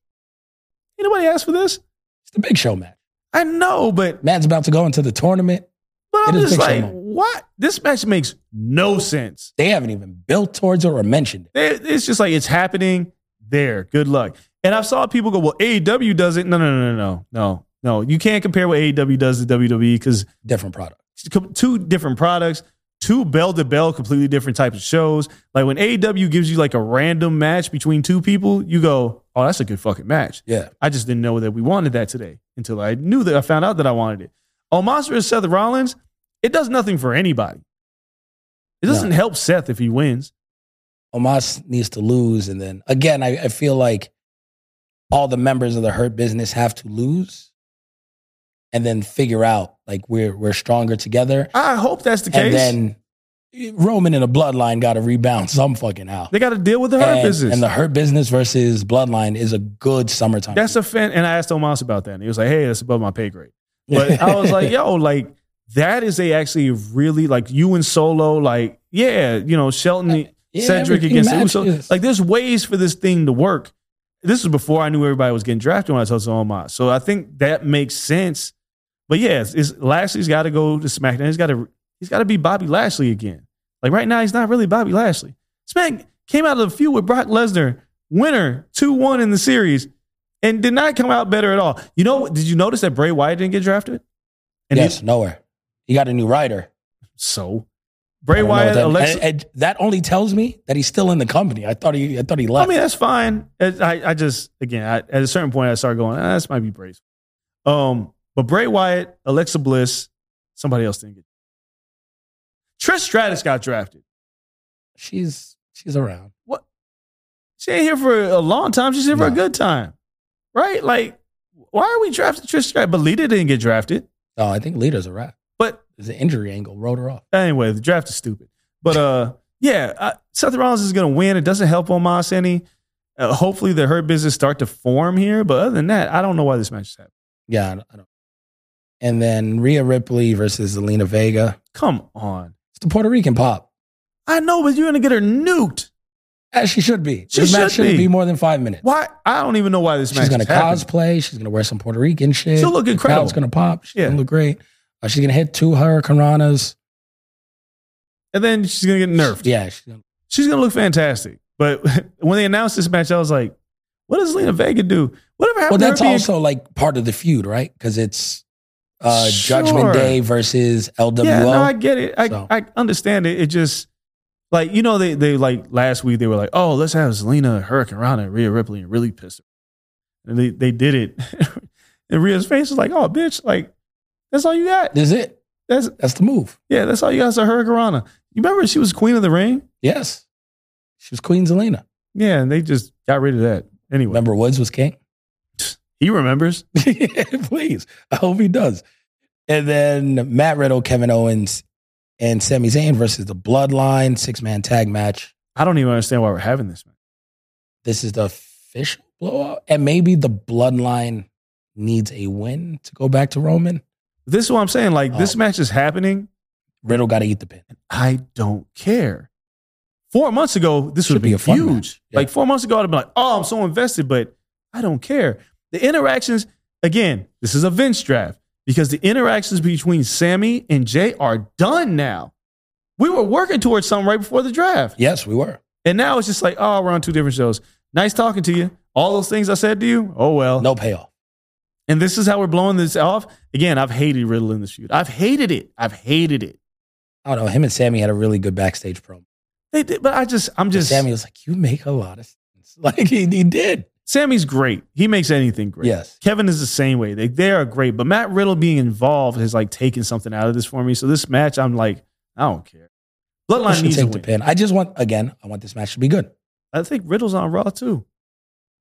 S3: nobody asked for this.
S2: It's the Big Show match.
S3: I know, but
S2: Matt's about to go into the tournament.
S3: But I'm
S2: It is
S3: just
S2: big show
S3: like,
S2: moment.
S3: what? This match makes no sense.
S2: They haven't even built towards it or mentioned it.
S3: It- It's just like it's happening there. Good luck. And I've saw people go, well, AEW does it. No, no, no, no, no, no, no. You can't compare what AEW does to E WWE because
S2: Different product.
S3: two different products, two bell to bell, completely different types of shows. Like when AEW gives you like a random match between two people, you go, oh, that's a good fucking match.
S2: Yeah.
S3: I just didn't know that we wanted that today until I knew that I found out that I wanted it. On Monster and Seth Rollins, it does nothing for anybody. It
S2: No.
S3: doesn't help Seth if he wins.
S2: Omas needs to lose. And then again, I, I feel like all the members of the Hurt business have to lose and then figure out like we're we're stronger together.
S3: I hope that's the
S2: And
S3: case.
S2: then Roman and the bloodline gotta rebound some fucking how.
S3: they got to deal with the hurt
S2: and,
S3: business.
S2: and the Hurt business versus bloodline is a good summertime.
S3: that's a fan. And I asked Omos about that. And he was like, hey, that's above my pay grade. But I was like, yo, like that is a actually really like you and Solo, like, yeah, you know, Shelton,
S2: Uh, Yeah,
S3: Cedric
S2: everything
S3: against Uso.
S2: matches.
S3: Like there's ways for this thing to work. This was before I knew everybody was getting drafted when I told Omos. So I think that makes sense. But yeah, it's, it's Lashley's got to go to SmackDown. He's got to he's got to be Bobby Lashley again. Like right now, he's not really Bobby Lashley. Smack came out of the feud with Brock Lesnar, winner two one in the series, and did not come out better at all. You know? Did you notice that Bray Wyatt didn't get drafted? And he-
S2: yes, nowhere. He got a new writer.
S3: so
S2: I
S3: Bray
S2: don't know
S3: Wyatt,
S2: what that-
S3: Alexa,
S2: and- and that only tells me that he's still in the company. I thought he I thought he
S3: I
S2: left.
S3: mean, that's fine. As- I, I just again I, at a certain point I started going, ah, this might be Bray's. Um, but Bray Wyatt, Alexa Bliss, somebody else didn't get. Trish Stratus got drafted.
S2: she's she's around.
S3: She ain't here for a long time. She's here for a
S2: No.
S3: good time, right? Like, why are we drafting Trish Stratus? But Lita didn't get drafted.
S2: Oh, I think leader's a wrap.
S3: But
S2: There's an injury angle, wrote her off.
S3: anyway, the draft is stupid. But uh, yeah, I, Seth Rollins is going to win. It doesn't help Omos any. Uh, hopefully, the hurt business start to form here. But other than that, I don't know why this match is happening.
S2: Yeah, I don't, I don't. And then Rhea Ripley versus Zelina Vega.
S3: Come on.
S2: It's the Puerto Rican pop,
S3: I know, but you're gonna get her nuked.
S2: as she should be.
S3: She
S2: this
S3: should
S2: match shouldn't
S3: be.
S2: be. more than five minutes.
S3: Why? I don't even know why this match
S2: She's gonna
S3: is happening.
S2: cosplay. She's gonna wear some Puerto Rican shit.
S3: She'll look
S2: The
S3: incredible.
S2: crowd's gonna pop. She's
S3: Yeah.
S2: gonna look great. Uh, she's gonna hit two hurricanranas.
S3: And then she's gonna get nerfed.
S2: Yeah, she's gonna,
S3: She's gonna look fantastic. But when they announced this match, I was like, what does Lena Vega do? Whatever
S2: well,
S3: happened
S2: that's
S3: to her being-
S2: also like part of the feud, right? Because it's uh,
S3: Sure.
S2: Judgment Day versus LWO.
S3: Yeah, no, I get it. I,
S2: So.
S3: I understand it. It just like you know they they like last week they were like, oh, let's have Zelina, Hurricane Rana, and Rhea Ripley and really piss her. And they they did it. and Rhea's face was like, oh, bitch, like that's all you got.
S2: This is it.
S3: That's
S2: That's the move.
S3: yeah, that's all you got. is a Hurricane Rana. You remember she was Queen of the Ring?
S2: Yes, she was Queen Zelina.
S3: Yeah, and they just got rid of that. Anyway,
S2: Remember, Woods was king.
S3: he remembers.
S2: Please. I hope he does. And then Matt Riddle, Kevin Owens, and Sami Zayn versus the Bloodline six man tag match.
S3: I don't even understand why we're having this. Man.
S2: This is the official blowout. And maybe the Bloodline needs a win to go back to Roman.
S3: This is what I'm saying. Like this
S2: Oh.
S3: match is happening.
S2: Riddle got to eat the pin.
S3: I don't care. Four months ago, this
S2: Should
S3: would be,
S2: be a fun
S3: huge.
S2: match. Yeah.
S3: Like four months ago, I'd have been like, "Oh, I'm so invested," but I don't care. The interactions again. This is a Vince draft because the interactions between Sammy and Jay are done now. We were working towards something right before the draft.
S2: Yes, we were.
S3: And now it's just like, oh, we're on two different shows. Nice talking to you. All those things I said to you, oh well.
S2: No payoff.
S3: And this is how we're blowing this off. Again, I've hated Riddle in this feud. I've hated it. I've hated it.
S2: I don't know. Him and Sammy had a really good backstage promo.
S3: They did, but I just, I'm just,
S2: Sammy was like, You make a lot of sense. Like he, he did.
S3: Sammy's great. He makes anything great.
S2: Yes.
S3: Kevin is the same way. They, they are great. But Matt Riddle being involved has like taken something out of this for me. So this match, I'm like, I don't care.
S2: I
S3: Bloodline
S2: should
S3: needs to
S2: take the
S3: win.
S2: pin. I just want, again, I want this match to be good.
S3: I think Riddle's on Raw too.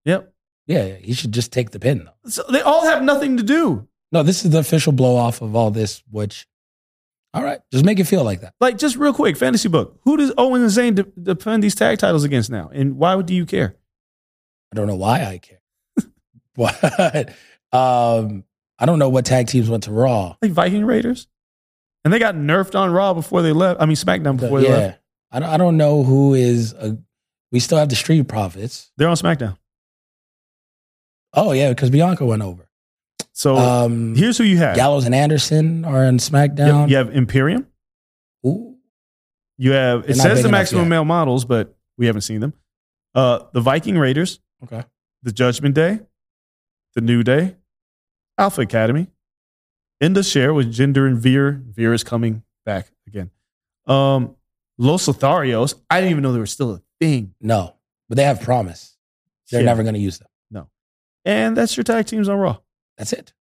S3: Yep.
S2: Yeah, yeah, he should just take the pin, though.
S3: So they all have nothing to do.
S2: No, this is the official blow off of all this, which, all right, just make it feel like that.
S3: Like, just real quick, fantasy book. Who does Owen and Zayn de- defend these tag titles against now? And why would do you care?
S2: I don't know why I care. but um, I don't know what tag teams went to Raw.
S3: Like Viking Raiders, and they got nerfed on Raw before they left. I mean SmackDown before they left.
S2: yeah. I don't, I don't know who is, a, we still have the Street Profits.
S3: They're on SmackDown.
S2: Oh, yeah, because Bianca went over.
S3: So
S2: Um,
S3: here's who you have.
S2: Gallows and Anderson are on
S3: You have-
S2: SmackDown.
S3: you have Imperium.
S2: Ooh,
S3: You have it
S2: They're not
S3: says
S2: big
S3: the
S2: enough
S3: maximum
S2: yet.
S3: male models, but we haven't seen them. Uh, the Viking Raiders,
S2: okay.
S3: the Judgment Day, the New Day, Alpha Academy, Indashare with Gender and Veer. Veer is coming back again. Um, Los Lotharios. I didn't even know they were still a thing.
S2: No, but they have promise. They're
S3: Yeah.
S2: never going to use them.
S3: And that's your tag teams on Raw.
S2: That's it.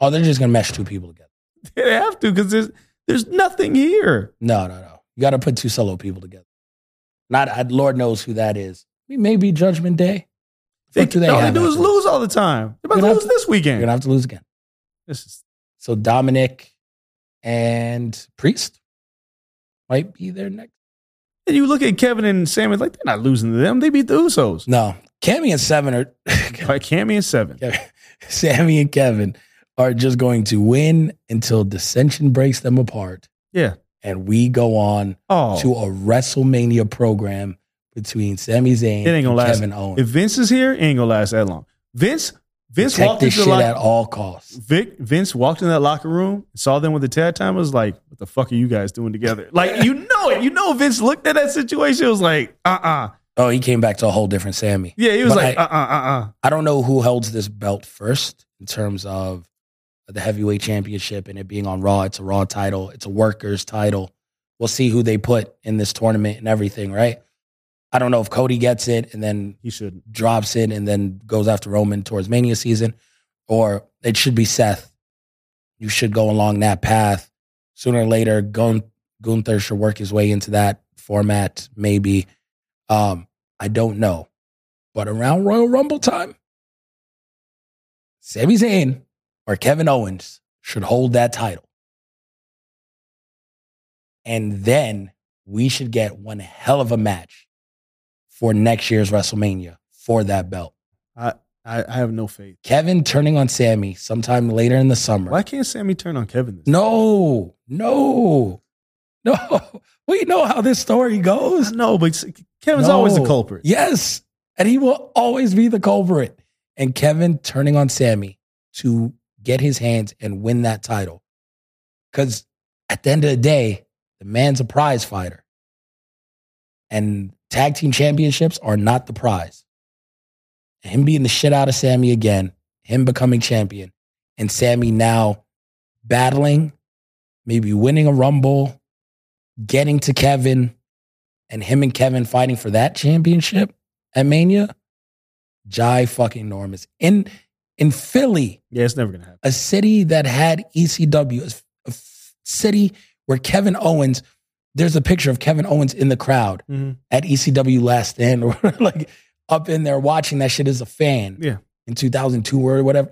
S2: Oh, they're just going to mesh two people together.
S3: They have to because there's there's nothing here.
S2: No, no, no. You got to put two solo people together. Not, I, Lord knows who that is. We may be Judgment Day.
S3: They,
S2: What do they
S3: all they
S2: have
S3: do is
S2: after this?
S3: lose all the time. They're
S2: You're
S3: about
S2: gonna
S3: to
S2: have
S3: lose
S2: to-
S3: this
S2: You're
S3: weekend.
S2: going to have to lose again.
S3: this is
S2: So Dominic and Priest might be their next.
S3: And you look at Kevin and Sam, it's like they're not losing to them. They beat the Usos.
S2: No, Cammy and Seven are.
S3: Like Cammy and Seven.
S2: Kevin, Sammy and Kevin are just going to win until dissension breaks them apart.
S3: Yeah.
S2: And we go on
S3: Oh,
S2: to a WrestleMania program between Sami Zayn
S3: It ain't gonna
S2: and
S3: last.
S2: Kevin Owens.
S3: if Vince is here, it ain't gonna last that long. Vince, Vince
S2: Protect
S3: walked
S2: this
S3: into
S2: shit
S3: the
S2: at
S3: locker.
S2: all costs.
S3: Vic, Vince walked in that locker room, saw them with the tag time, was like, "What the fuck are you guys doing together?" Like you know it. You know Vince looked at that situation, was like, "Uh uh
S2: Oh, he came back to a whole different Sammy.
S3: Yeah, he was
S2: But
S3: like,
S2: I-
S3: "Uh uh uh uh."
S2: I don't know who holds this belt first in terms of the heavyweight championship and it being on Raw. It's a Raw title, it's a workers' title. We'll see who they put in this tournament and everything, right? I don't know if Cody gets it and then
S3: He shouldn't.
S2: drops it and then goes after Roman towards Mania season, or it should be Seth. You should go along that path. Sooner or later, Gun- Gunther should work his way into that format, maybe. Um, I don't know. But around Royal Rumble time, Sami Zayn or Kevin Owens should hold that title. And then we should get one hell of a match for next year's WrestleMania for that belt.
S3: I, I have no faith.
S2: Kevin turning on Sammy sometime later in the summer.
S3: Why can't Sammy turn on Kevin? This
S2: No, no, no. We know how this story goes.
S3: no, but Kevin's always the
S2: No.
S3: culprit.
S2: Yes. And he will always be the culprit. And Kevin turning on Sammy to get his hands and win that title. Because at the end of the day, the man's a prize fighter. And tag team championships are not the prize. And him beating the shit out of Sammy again, him becoming champion, and Sammy now battling, maybe winning a Rumble, getting to Kevin and him and Kevin fighting for that championship at Mania, Jai fucking Normus in in Philly,
S3: Yeah, it's never gonna happen.
S2: a city that had ECW, a f- a f- city where Kevin Owens, there's a picture of Kevin Owens in the crowd
S3: Mhm.
S2: at ECW Last Stand, or like up in there watching that shit as a fan.
S3: Yeah.
S2: in 2002 or whatever.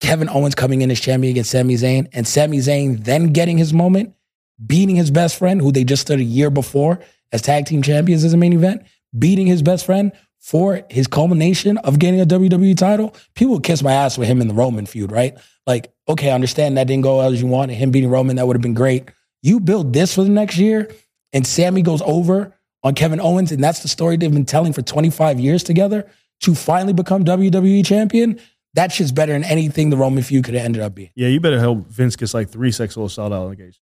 S2: Kevin Owens coming in as champion against Sami Zayn, and Sami Zayn then getting his moment, beating his best friend, who they just stood a year before as tag team champions as a main event, beating his best friend for his culmination of getting a WWE title. People would kiss my ass with him in the Roman feud, right? Like, okay, I understand that didn't go as you wanted. Him beating Roman, that would have been great. You build this for the next year, and Sammy goes over on Kevin Owens, and that's the story they've been telling for 25 years together to finally become WWE champion. That shit's better than anything the Roman feud could have ended up being.
S3: Yeah, you better help Vince gets like three sexual assault allegations.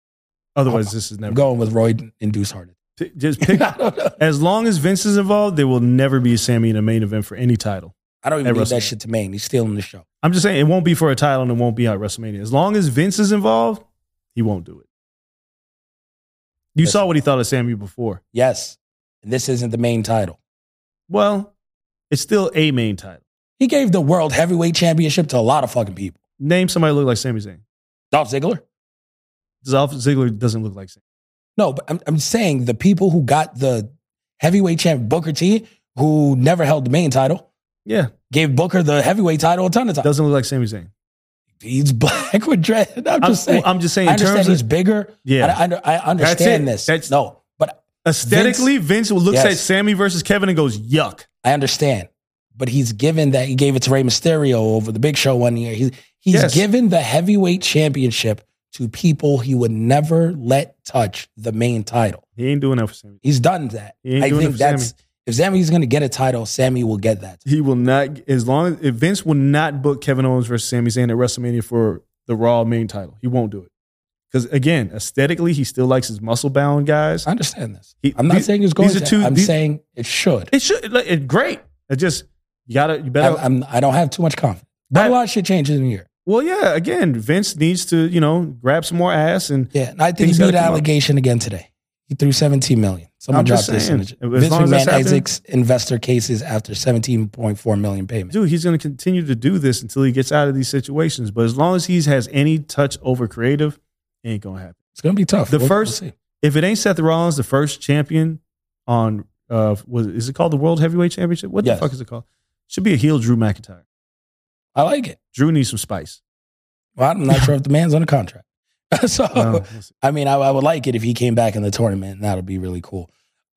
S3: Otherwise, this is
S2: I'm
S3: never
S2: going with Roy and Deuce Harden.
S3: P- just pick.
S2: I don't know.
S3: as long as Vince is involved, there will never be a Sammy in a main event for any title.
S2: I don't
S3: At
S2: even leave
S3: WrestleMania.
S2: that shit to Maine. He's stealing the show.
S3: I'm just saying it won't be for a title and it won't be at WrestleMania. As long as Vince is involved, he won't do it. You saw what he thought of Sammy before.
S2: Yes. And this isn't the main title.
S3: Well, it's still a main title.
S2: He gave the world heavyweight championship to a lot of fucking people.
S3: Name somebody who look like Sami Zayn.
S2: Dolph Ziggler?
S3: Dolph Ziggler doesn't look like Sammy.
S2: No, but I'm, I'm saying the people who got the heavyweight champ, Booker T, who never held the main title,
S3: Yeah,
S2: gave Booker the heavyweight title a ton of times.
S3: doesn't look like Sami Zayn.
S2: he's black with dread. I'm
S3: I'm
S2: just saying.
S3: I'm just saying
S2: I
S3: in terms
S2: understand he's
S3: of
S2: bigger.
S3: Yeah.
S2: I, I, I understand
S3: it.
S2: this.
S3: That's-
S2: no, but
S3: aesthetically, Vince, looks
S2: Yes.
S3: at Sammy versus Kevin and goes, yuck.
S2: I understand. But he's given that he gave it to Rey Mysterio over the Big Show one year. He, he's
S3: Yes.
S2: given the heavyweight championship to people he would never let touch the main title.
S3: He ain't doing that for Sammy.
S2: He's done that.
S3: He ain't
S2: I
S3: doing it
S2: think
S3: for
S2: that's if Sammy's going to get a title, Sammy will get that.
S3: He will not, as long as if Vince will not book Kevin Owens versus Sami Zayn at WrestleMania for the Raw main title. He won't do it Because again, aesthetically, he still likes his muscle bound guys.
S2: I understand this.
S3: He-
S2: I'm not
S3: these-
S2: saying it's going
S3: these are
S2: to.
S3: two-
S2: I'm
S3: these-
S2: saying it should.
S3: It should like, it great. It just you gotta you
S2: I,
S3: better.
S2: I'm, I don't have too much confidence. But
S3: I-
S2: a lot of shit changes in a year.
S3: well, yeah. Again, Vince needs to you know grab some more ass and
S2: Yeah, and I think
S3: Things
S2: he blew
S3: gotta
S2: the
S3: come up.
S2: allegation again today. He threw 17 million. Someone
S3: I'm
S2: dropped
S3: just
S2: this.
S3: saying,
S2: image.
S3: as
S2: Vince
S3: long as that's
S2: McMahon
S3: happening-
S2: Isaac's investor cases after 17.4 million payment.
S3: dude, he's gonna continue to do this until he gets out of these situations. But as long as he has any touch over creative, it ain't gonna happen.
S2: It's going to be tough.
S3: The
S2: We'll- we'll
S3: first-
S2: see.
S3: If it ain't Seth Rollins, the first champion on uh was is it called the World Heavyweight Championship? What
S2: Yes.
S3: the fuck is it called? Should be a heel Drew McIntyre.
S2: I like it.
S3: Drew needs some spice.
S2: Well, I'm not sure if the man's on a contract. so,
S3: Wow.
S2: I mean, I, I would like it if he came back in the tournament. That would be really cool.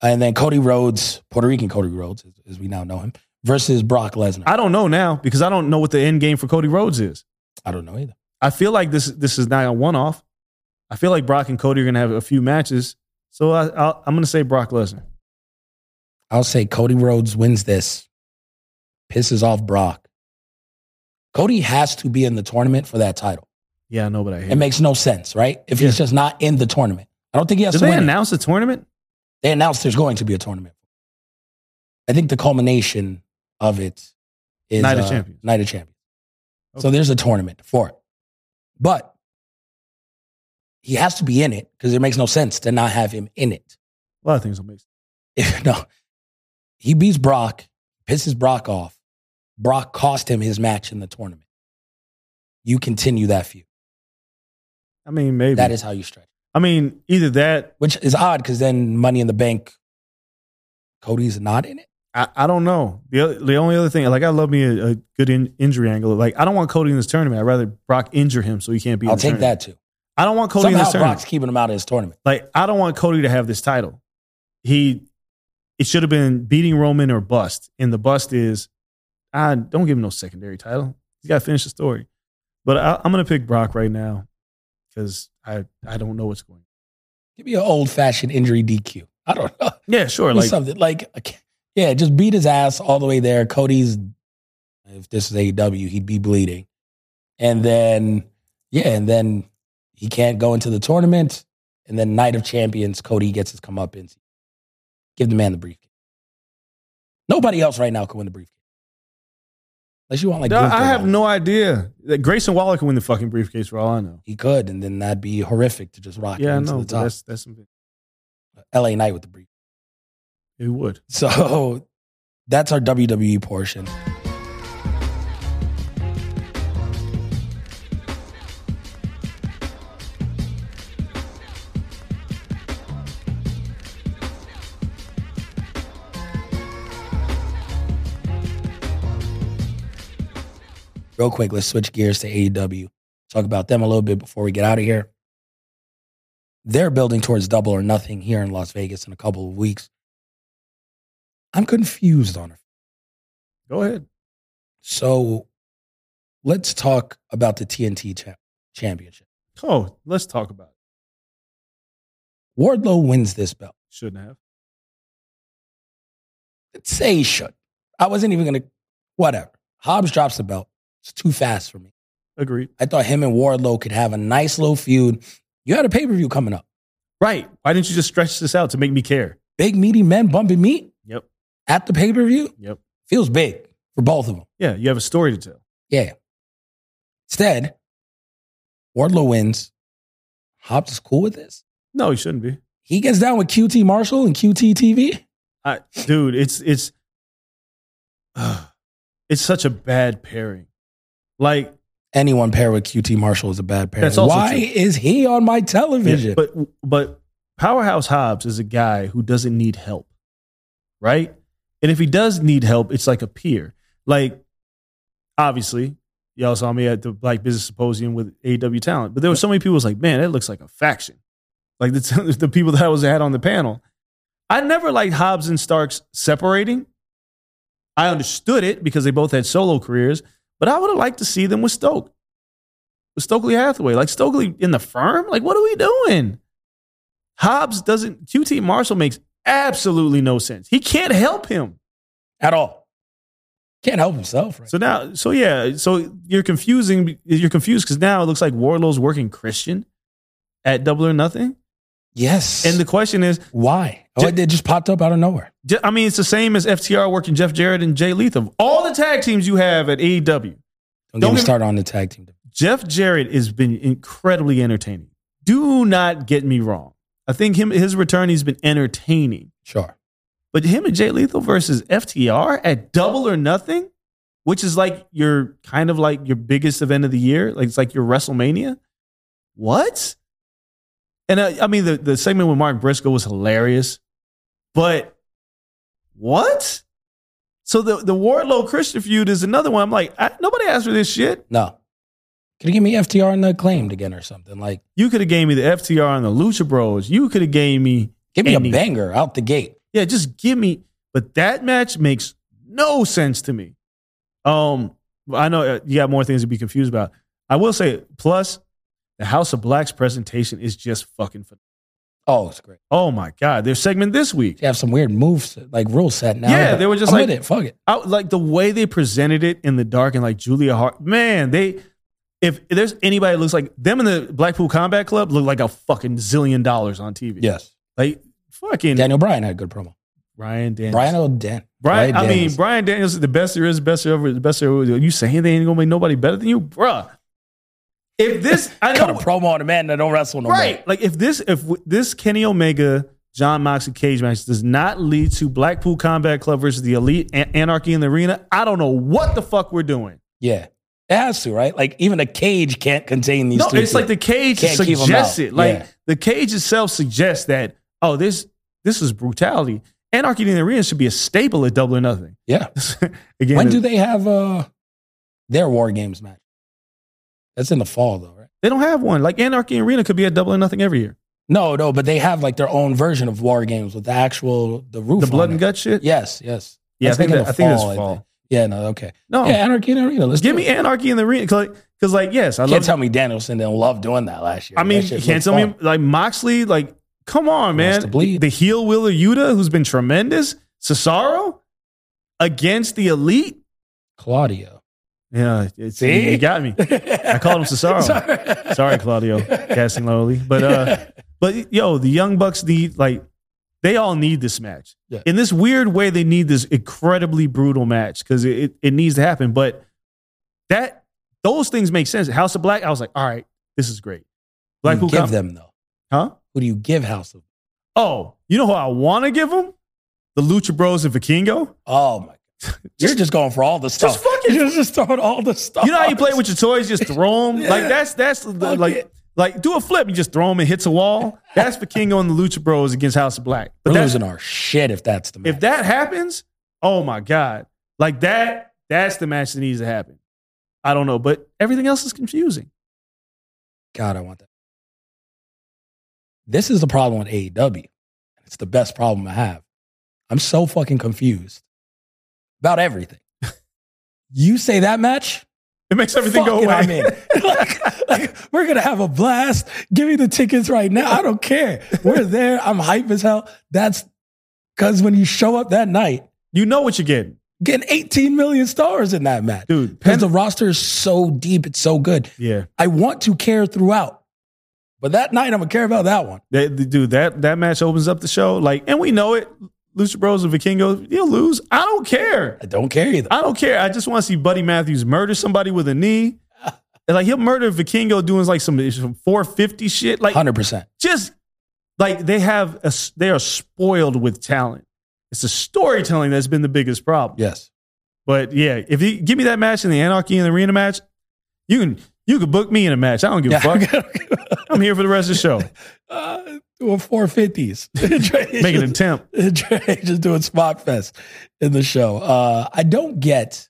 S2: And then Cody Rhodes, Puerto Rican Cody Rhodes, as, as we now know him, versus Brock Lesnar. I,
S3: I don't know now because I don't know what the end game for Cody Rhodes is.
S2: don't know either.
S3: I feel like this this is not a one off. I feel like Brock and Cody are gonna have a few matches. So I, I'll, I'm gonna say Brock Lesnar.
S2: I'll say Cody Rhodes wins this, pisses off Brock. Cody has to be in the tournament for that title.
S3: Yeah, I know, but I hate.
S2: It makes no sense, right? If he's
S3: Yeah.
S2: just not in the tournament, I don't think he
S3: it.
S2: has
S3: Did
S2: to
S3: they
S2: win. it.
S3: announce a tournament?
S2: they announced there's going to be a tournament. I think the culmination of it is uh,
S3: Night of Champions.
S2: Night of Champions. So
S3: Okay.
S2: there's a tournament for it, but he has to be in it because it makes no sense to not have him in it.
S3: A lot of things will make. sense.
S2: If no, he beats Brock, pisses Brock off. Brock cost him his match in the tournament. You continue that feud.
S3: I mean, maybe
S2: That is how you stretch,
S3: I mean, either that.
S2: which is odd because then Money in the Bank, Cody's not in it.
S3: I, I don't know. The other, the only other thing, like I love me a, a good in, injury angle. Like I don't want Cody in this tournament. I'd rather Brock injure him so he can't be. in
S2: I'll
S3: the
S2: take
S3: tournament.
S2: that too.
S3: I don't want Cody in
S2: Somehow
S3: this tournament.
S2: Brock's keeping him out of his tournament.
S3: Like I don't want Cody to have this title. He it should have been beating Roman or bust. And the bust is I don't give him no secondary title. He's got to finish the story. But I, I'm gonna pick Brock right now because I I don't know what's going. on.
S2: Give me an old fashioned injury DQ. I don't know.
S3: Yeah, sure.
S2: Like,
S3: Like
S2: something like, okay, yeah, just beat his ass all the way there. Cody's, if this is AEW, he'd be bleeding. And then, yeah, and then he can't go into the tournament. And then, Night of Champions, Cody gets his comeuppance. Give the man the briefcase. Nobody else right now can win the briefcase. Unless you want, like,
S3: I-
S2: Gunther
S3: I have
S2: on.
S3: no idea. Like, Grayson Waller can win the fucking briefcase for all I know.
S2: He could, and then that'd be horrific to just rock
S3: Yeah, I
S2: him to
S3: know.
S2: the
S3: but
S2: top.
S3: That's that's something.
S2: LA Knight with the briefcase.
S3: It would.
S2: So that's our WWE portion. Real quick, let's switch gears to AEW. Talk about them a little bit before we get out of here. They're building towards double or nothing here in Las Vegas in a couple of weeks. I'm confused on it.
S3: Go ahead.
S2: So let's talk about the TNT cha- championship.
S3: Oh, let's talk about it.
S2: Wardlow wins this belt.
S3: Shouldn't have.
S2: Let's say he should. I wasn't even going to, whatever. Hobbs drops the belt. It's too fast for me.
S3: Agreed.
S2: I thought him and Wardlow could have a nice little feud. You had a pay per view coming up.
S3: Right. Why didn't you just stretch this out to make me care?
S2: Big meaty men bumping meat
S3: Yep.
S2: at the pay per view
S3: Yep.
S2: feels big for both of them.
S3: Yeah, you have a story to tell.
S2: Yeah. Instead, Wardlow wins. Hobbs is cool with this.
S3: No, he shouldn't be.
S2: He gets down with QT Marshall and QT TV.
S3: I, dude, it's it's it's such a bad pairing. Like,
S2: anyone paired with QT Marshall is a bad pair.
S3: That's also
S2: Why
S3: true.
S2: is he on my television?
S3: but but Powerhouse Hobbs is a guy who doesn't need help, right? And if he does need help, it's like a peer. Like, obviously, y'all saw me at the Black Business Symposium with AW Talent, but there were so many people was like, man, that looks like a faction. Like the the people that I was at on the panel, I never liked Hobbs and Starks separating. I understood it because they both had solo careers, but I would have liked to see them with Stoke, with Stokely Hathaway, like Stokely in the firm. Like, what are we doing? Hobbs doesn't. QT Marshall makes absolutely no sense. He can't help him.
S2: At all. Can't help himself. Right?
S3: So now, so yeah, so you're confusing. You're confused because now it looks like Warlow's working Christian at Double or Nothing?
S2: Yes.
S3: And the question is,
S2: why? Oh,
S3: Ju-
S2: it just popped up out of nowhere.
S3: ju- I mean, it's the same as FTR working Jeff Jarrett and Jay Lethal. All the tag teams you have at AEW,
S2: Don't,
S3: Don't
S2: get me
S3: get-
S2: started on the tag team.
S3: Jeff Jarrett has been incredibly entertaining. Do not get me wrong. I think him his return has been entertaining.
S2: Sure.
S3: But him and Jay Lethal versus FTR at Double or Nothing, which is like your kind of like your biggest event of the year, like it's like your WrestleMania. What? And I, I mean, the, the segment with Mark Briscoe was hilarious, but what? So the the Wardlow Christian feud is another one. I'm like, I, nobody asked for this shit.
S2: No. Could you give me FTR and the acclaimed again or something? Like,
S3: You could have gave me the FTR and the Lucha Bros. You could have gave me
S2: give me
S3: Any-
S2: a banger out the gate.
S3: yeah, just give me. But that match makes no sense to me. Um, I know uh, you got more things to be confused about. I will say, plus the House of Blacks presentation is just fucking. Phenomenal.
S2: Oh, it's great.
S3: Oh my god, their segment this week,
S2: They have some weird moves, like rule set now.
S3: Yeah,
S2: but
S3: they were just
S2: I'm
S3: like-
S2: with it. Fuck it.
S3: I, like the way they presented it in the dark and like Julia Hart, man, they. If there's anybody that looks like them in the Blackpool Combat Club, look like a fucking zillion dollars on TV.
S2: Yes.
S3: like fucking
S2: Daniel Bryan had a good promo.
S3: Ryan Daniels.
S2: Brian O'Den.
S3: Brian, I mean,
S2: Daniels.
S3: Brian Daniels is the best there is, the best there ever, the best there ever. You saying they ain't gonna make nobody better than you, bruh? If this, I
S2: cut a
S3: know,
S2: promo on a man that don't wrestle no more.
S3: right? Like if this, if w- this Kenny Omega, John Moxley cage match does not lead to Blackpool Combat Club versus the Elite An- Anarchy in the arena, I don't know what the fuck we're doing.
S2: Yeah. It has to, right? Like even a cage can't contain these
S3: No,
S2: three
S3: it's like
S2: people.
S3: the cage
S2: Can't keep 'em
S3: suggests
S2: out.
S3: it. Like
S2: Yeah.
S3: the cage itself suggests that. Oh, this this is brutality. Anarchy in the arena should be a staple at Double or Nothing.
S2: Yeah.
S3: Again,
S2: when
S3: it-
S2: do they have uh their war games match? That's in the fall though, right?
S3: They don't have one. Like Anarchy Arena could be a double or nothing every year.
S2: No, no, but they have like their own version of war games with the actual the roof.
S3: The blood
S2: on
S3: and
S2: it.
S3: gut shit.
S2: Yes, yes.
S3: Yeah, I
S2: That's like
S3: think
S2: in
S3: that, I
S2: the
S3: think that's
S2: fall, I
S3: fall.
S2: think. Yeah, no, okay.
S3: No,
S2: Yeah, Anarchy in the Arena. Let's
S3: give
S2: do
S3: me
S2: it.
S3: Anarchy in the Arena because, like, 'cause, like, yes, I
S2: Can't
S3: love.
S2: tell me Danielson didn't love doing that last year.
S3: I mean,
S2: That
S3: you
S2: shit
S3: can't
S2: looked
S3: tell me
S2: fun.
S3: like Moxley. Like, come on,
S2: He wants
S3: man.
S2: to bleed.
S3: The heel wheeler Yuta, who's been tremendous, Cesaro against the elite.
S2: Claudio.
S3: Yeah, it's,
S2: See?
S3: you got me.
S2: I
S3: called him Cesaro.
S2: Sorry,
S3: Sorry, Claudio, casting lowly, but uh, But yo, the Young Bucks need like they all need this match.
S2: Yeah.
S3: In this weird way, they need this incredibly brutal match because it, it, it needs to happen. But that those things make sense. House of Black, I was like, all right, this is great.
S2: Who do you
S3: Blackpool
S2: Mm, give
S3: Com-
S2: them though?
S3: huh?
S2: Who do you give House of?
S3: Oh, you know who I want to give them? The Lucha Bros and Vikingo.
S2: Oh my! You're just going for all the stuff.
S3: just fucking-
S2: You're just throwing all the stuff.
S3: You know how you play with your toys, just throw them.
S2: Yeah.
S3: Like that's that's the,
S2: Fuck
S3: like
S2: it.
S3: like do a flip and just throw them and hits a wall. That's Vikingo and the Lucha Bros against House of Black.
S2: We're
S3: that's-
S2: losing our shit if that's the match.
S3: If that happens, oh my God. Like that, that's the match that needs to happen. I don't know, but everything else is confusing.
S2: God, I want that. This is the problem with AEW. It's the best problem I have. I'm so fucking confused about everything. you say that match?
S3: It makes everything
S2: Fuck
S3: go
S2: it,
S3: away.
S2: I'm in. like, like, we're gonna have a blast. Give me the tickets right now. I don't care. We're there. I'm hype as hell. That's because when you show up that night,
S3: You know what you're getting.
S2: getting 18 million stars in that match.
S3: Dude,
S2: Because
S3: Pen-
S2: the roster is so deep, it's so good.
S3: yeah.
S2: I want to care throughout. But that night, I'm going to care about that one.
S3: That, dude, that, that match opens up the show. Like, and we know it. Lucha Bros and Vikingo, you'll lose. I don't care.
S2: I don't care either.
S3: I don't care. I just want to see Buddy Matthews murder somebody with a knee. And, like he'll murder Vikingo doing like some, some 450 shit. Like
S2: 100%.
S3: just like they have a, s- they are spoiled with talent. It's the storytelling that's been the biggest problem.
S2: Yes.
S3: But yeah, if you give me that match in the Anarchy in the Arena match, you can you can book me in a match. I don't give a fuck. I'm here for the rest of the show.
S2: uh, doing 450s. Make
S3: Make an attempt.
S2: Dre just doing spot fest in the show. Uh, I don't get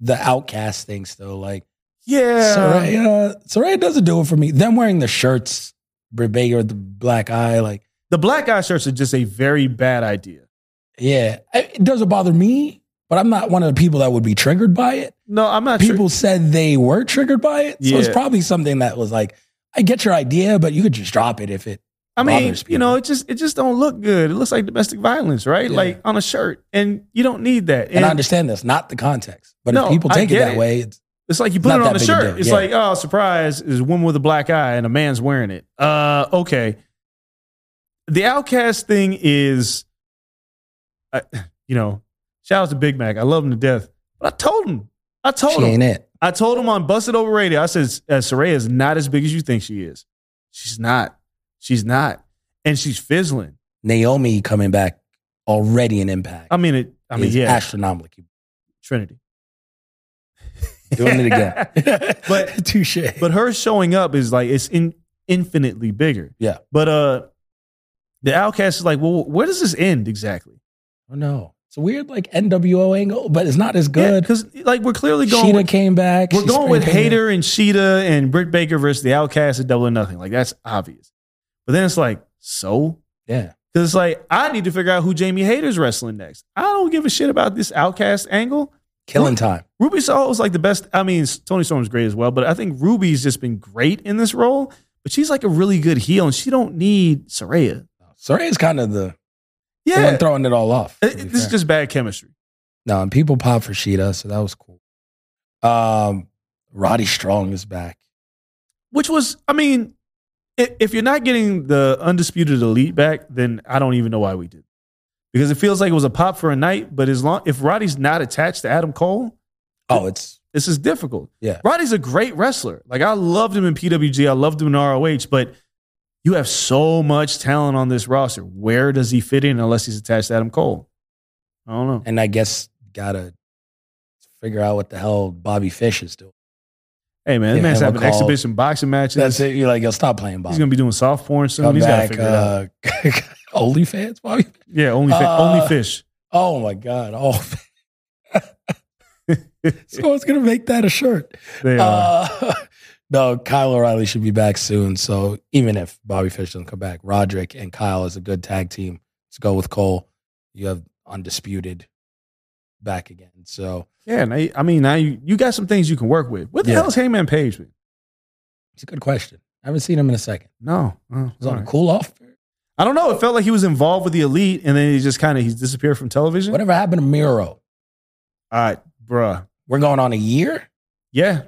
S2: the outcast thing still. Like
S3: Yeah.
S2: Soraya, Soraya doesn't do it for me. Them wearing the shirts, Britt Baker with the black eye, like
S3: The black eye shirts are just a very bad idea.
S2: yeah, I- it doesn't bother me. But I'm not one of the people that would be triggered by it.
S3: No, I'm not sure.
S2: People said they were triggered by it, so it's
S3: Yeah.
S2: probably something that was like, I get your idea, but you could just drop it if it.
S3: I mean,
S2: bothers
S3: you know, it just it just don't look good. It looks like domestic violence, right?
S2: Yeah.
S3: Like on a shirt. And you don't need that.
S2: And, I understand that's not the context, but
S3: No,
S2: if people
S3: I
S2: take it
S3: get
S2: that
S3: it.
S2: way, it's,
S3: It's like you put
S2: Not
S3: it
S2: that
S3: on a
S2: big a
S3: shirt.
S2: deal,
S3: It's
S2: yeah.
S3: like, oh, surprise, is a woman with a black eye and a man's wearing it. Uh, okay. The outcast thing is, I, you know, shout out to Big Mac. I love him to death. But I told him. I told
S2: She ain't
S3: him.
S2: it.
S3: I told him on Busted Over Radio, I said, uh, Saraya is not as big as you think she is. She's not. She's not. And she's fizzling.
S2: Naomi coming back already an impact.
S3: I mean, it, I mean,
S2: is
S3: yeah,
S2: astronomical.
S3: Trinity.
S2: Doing it again.
S3: But-
S2: touche.
S3: But her showing up is like, it's in, infinitely bigger.
S2: Yeah.
S3: But uh, the Outcast is like, well, where does this end exactly?
S2: oh no, it's a weird like NWO angle, but it's not as good.
S3: Because, like, we're clearly going.
S2: Sheena
S3: with,
S2: came back.
S3: we're
S2: She
S3: going with
S2: sprinkled it.
S3: Hater and Sheeta and Britt Baker versus the Outcast at Double or Nothing. Like, that's obvious. But then it's like, so?
S2: Yeah,
S3: Because it's like, I need to figure out who Jamie Hayter's wrestling next. I don't give a shit about this outcast angle.
S2: killing time.
S3: Ruby Soho is like the best. I mean, Tony Storm's great as well, but I think Ruby's just been great in this role. But she's like a really good heel, and she don't need Soraya.
S2: Soraya's kind of the, the
S3: Yeah,
S2: one throwing it all off. to
S3: It-
S2: be
S3: it- this is
S2: fair.
S3: just bad chemistry.
S2: no, and people pop for Sheeta, so that was cool. Um, Roddy Strong is back.
S3: Which was, I mean, i- if you're not getting the undisputed elite back, then I don't even know why we did. Because it feels like it was a pop for a night, but as long if Roddy's not attached to Adam Cole,
S2: Oh, it's
S3: This is difficult.
S2: Yeah.
S3: Roddy's a great wrestler. Like I loved him in PWG. I loved him in ROH, but you have so much talent on this roster. Where does he fit in unless he's attached to Adam Cole? I don't know.
S2: and I guess gotta figure out what the hell Bobby Fish is doing.
S3: Hey man, this
S2: Yeah,
S3: man's
S2: Adam
S3: having
S2: Cole.
S3: exhibition boxing matches.
S2: That's it. You're like, yo, stop playing Bobby.
S3: He's gonna be doing soft porn soon.
S2: Come
S3: he's gotta
S2: back.
S3: figure it out.
S2: uh, OnlyFans, Bobby.
S3: Yeah, only fi-
S2: uh,
S3: only fish.
S2: Oh my God. Oh. Someone's gonna make that a shirt.
S3: They are.
S2: Uh, no, Kyle O'Reilly should be back soon. So even if Bobby Fish doesn't come back, Roderick and Kyle is a good tag team. Let's go with Cole. You have undisputed back again. So
S3: yeah, and I, I mean now you, you got some things you can work with. What the
S2: Yeah.
S3: hell is Heyman Page with?
S2: it's a good question. I haven't seen him in a second.
S3: No. Oh,
S2: He's on
S3: all
S2: a
S3: right.
S2: cool off.
S3: I don't know. It felt like he was involved with the elite and then he just kind of he's disappeared from television.
S2: Whatever happened to Miro?
S3: All right, bruh.
S2: We're going on a year.
S3: Yeah.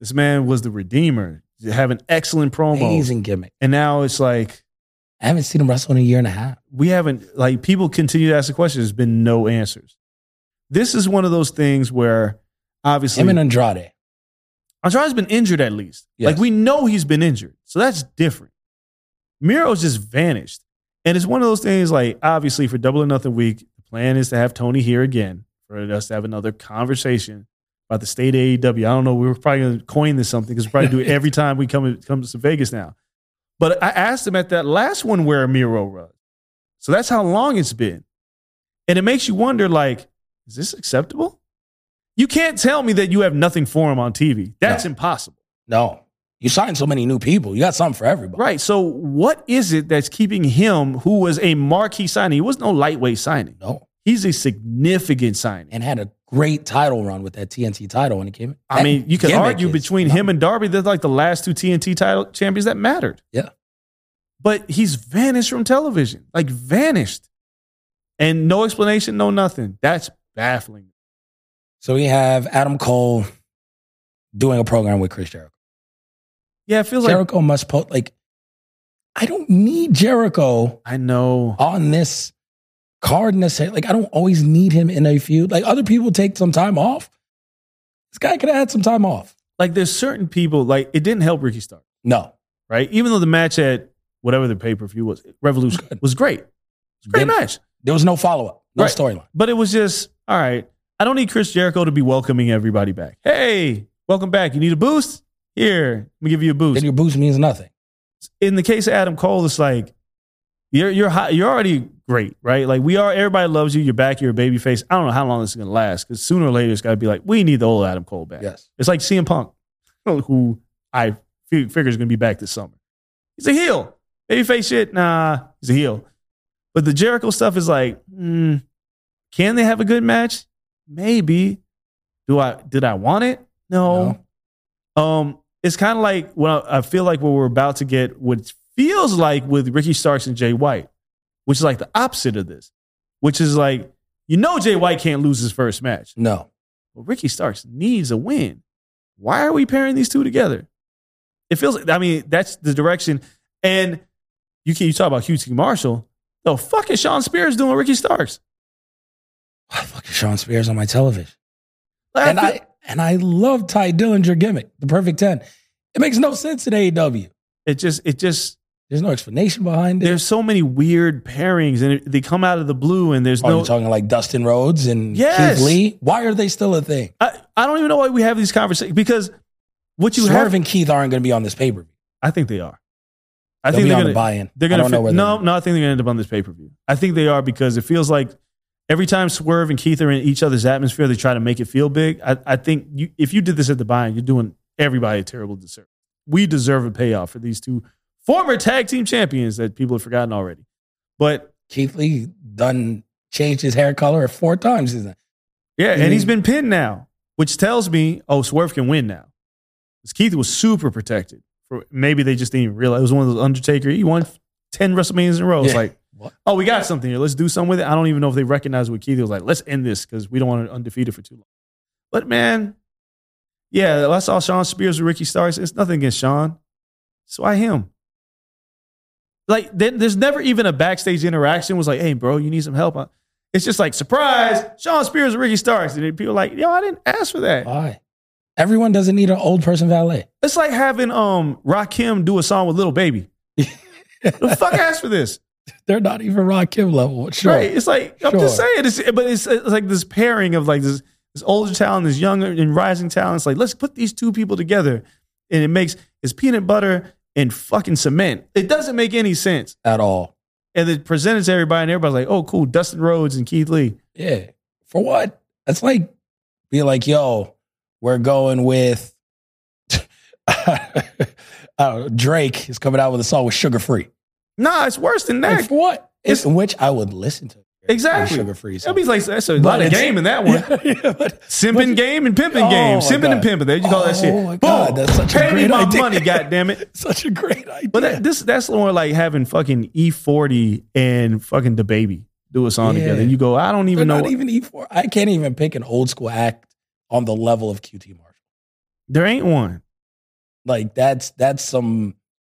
S3: This man was the redeemer. You Have an excellent promo.
S2: Amazing gimmick.
S3: And now it's like
S2: I haven't seen him wrestle in a year and a half.
S3: we haven't like people continue to ask the question. There's been no answers. This is one of those things where obviously
S2: Him and Andrade.
S3: Andrade's been injured at least.
S2: Yes.
S3: Like we know he's been injured. So that's different. Miro's just vanished. And it's one of those things like obviously for double or nothing week, the plan is to have Tony here again for us to have another conversation about the state of AEW. I don't know, we were probably gonna coin this something because we probably do it every time we come come to Vegas now. But I asked him at that last one where Miro was. So that's how long it's been. And it makes you wonder like, is this acceptable? You can't tell me that you have nothing for him on TV. That's
S2: No.
S3: impossible.
S2: No, you signed so many new people. You got something for everybody.
S3: Right. So what is it that's keeping him, who was a marquee signing? He was no lightweight signing.
S2: No,
S3: He's a significant signing.
S2: and had a great title run with that TNT title when it came.
S3: I
S2: that
S3: mean, you can
S2: gimmick
S3: argue
S2: is
S3: between him and Darby, they're like the last two TNT title champions that mattered.
S2: Yeah.
S3: But he's vanished from television. Like vanished. And no explanation, no nothing. That's baffling.
S2: So we have Adam Cole doing a program with Chris Jericho.
S3: Yeah, it feels like
S2: Jericho must post like I don't need Jericho
S3: I know.
S2: on this card necessarily. Like I don't always need him in a feud. Like other people take some time off. This guy could have had some time off.
S3: Like there's certain people, like it didn't help Ricky Stark,
S2: No,
S3: right? Even though the match at whatever the pay-per-view was, Revolution
S2: Good.
S3: was great. Great
S2: Didn't-
S3: match.
S2: there was no follow up, no
S3: Right.
S2: storyline.
S3: But it was just, all right, I don't need Chris Jericho to be welcoming everybody back. Hey, welcome back. You need a boost? Here, let me give you a boost.
S2: Then your boost means nothing.
S3: in the case of Adam Cole, it's like you're you're hot, you're already great, right? Like we are. Everybody loves you. You're back. You're a baby face. I don't know how long this is gonna last because sooner or later it's gotta be like we need the old Adam Cole back.
S2: Yes.
S3: It's like CM Punk, who I fi- figure is gonna be back this summer. He's a heel. Baby face shit. Nah, he's a heel. But the Jericho stuff is like, hmm, can they have a good match? Maybe. Do I did I want it? no. Um, it's kind of like well, I feel like what we're about to get, what feels like with Ricky Starks and Jay White, which is like the opposite of this, which is like you know Jay White can't lose his first match,
S2: No.
S3: But Well, Ricky Starks needs a win. Why are we pairing these two together? It feels. I mean, that's the direction. And you can you talk about QT Marshall. The fuck is Sean Spears doing Ricky Starks?
S2: Why the fuck is Sean Spears on my television?
S3: Like,
S2: And
S3: I feel-
S2: I and I love Ty Dillinger gimmick, the perfect ten. It makes no sense at AEW.
S3: it just it just
S2: There's no explanation behind it.
S3: there's so many weird pairings and it, they come out of the blue and there's
S2: Are
S3: no
S2: Oh, you talking like Dustin Rhodes and
S3: Yes.
S2: Keith Lee? Why are they still a thing?
S3: I, I don't even know why we have these conversations because what you
S2: Swerve
S3: have
S2: and Keith aren't going to be on this pay per view.
S3: I think they are. I
S2: They'll
S3: think
S2: be
S3: they're
S2: on
S3: gonna,
S2: the buy-in.
S3: They're
S2: I
S3: gonna
S2: don't know
S3: fi-
S2: whether-
S3: no, no. I think they're gonna end up on this pay per view. I think they are because it feels like every time Swerve and Keith are in each other's atmosphere, they try to make it feel big. I, I think you, if you did this at the buy-in, you're doing everybody a terrible disservice. We deserve a payoff for these two former tag team champions that people have forgotten already. But
S2: Keith Lee done changed his hair color four times. Isn't
S3: yeah, and he's
S2: Mhm.
S3: been pinned now, which tells me, oh, Swerve can win now. 'Cause Keith was super protected. For, maybe they just didn't even realize it was one of those Undertaker. He won ten WrestleManias in a row. It's
S2: Yeah.
S3: like
S2: What?
S3: oh, we got something here. Let's do something with it. I don't even know if they recognize what Keith was like. Let's end this because we don't want to undefeated for too long. But man, yeah, I saw Sean Spears with Ricky Starks. It's nothing against Sean. So why him? Like, there- there's never even a backstage interaction. Was like, hey, bro, you need some help? I- It's just like surprise, Sean Spears with Ricky Starks, and then people are like, yo, I didn't ask for that.
S2: Why? Everyone doesn't need an old person valet.
S3: It's like having um Rakim do a song with Little Baby. the fuck asked for this?
S2: They're not even Rod Kim level. Sure.
S3: Right. It's like I'm just
S2: Sure.
S3: saying. It's, but it's, it's like this pairing of like this this older talent, this younger and rising talent. It's like let's put these two people together, and it makes it's peanut butter and fucking cement. It doesn't make any sense.
S2: At all.
S3: And it presented to everybody, and everybody's like, "Oh, cool, Dustin Rhodes and Keith Lee."
S2: Yeah. For what? That's like be like, yo, we're going with I don't know, Drake is coming out with a song with sugar free.
S3: Nah, it's worse than that.
S2: Like for what?
S3: It's-
S2: It's, which I would listen to.
S3: Exactly.
S2: Sugar free.
S3: That means like that's a lot of
S2: it's-
S3: game in that one. Simping game and pimping
S2: Oh,
S3: game.
S2: my
S3: Simping and
S2: God.
S3: pimping. There you call that
S2: Oh,
S3: shit.
S2: my
S3: Boom.
S2: God, that's such a
S3: Pay me
S2: great
S3: my
S2: idea.
S3: money, goddammit.
S2: Such a great idea.
S3: But that, this that's more like having fucking E forty and fucking the baby do a song
S2: Yeah.
S3: together. You go, I don't
S2: They're
S3: even know.
S2: not even E4. I can't even pick an old school act on the level of QT Marshall.
S3: there ain't one.
S2: Like that's that's some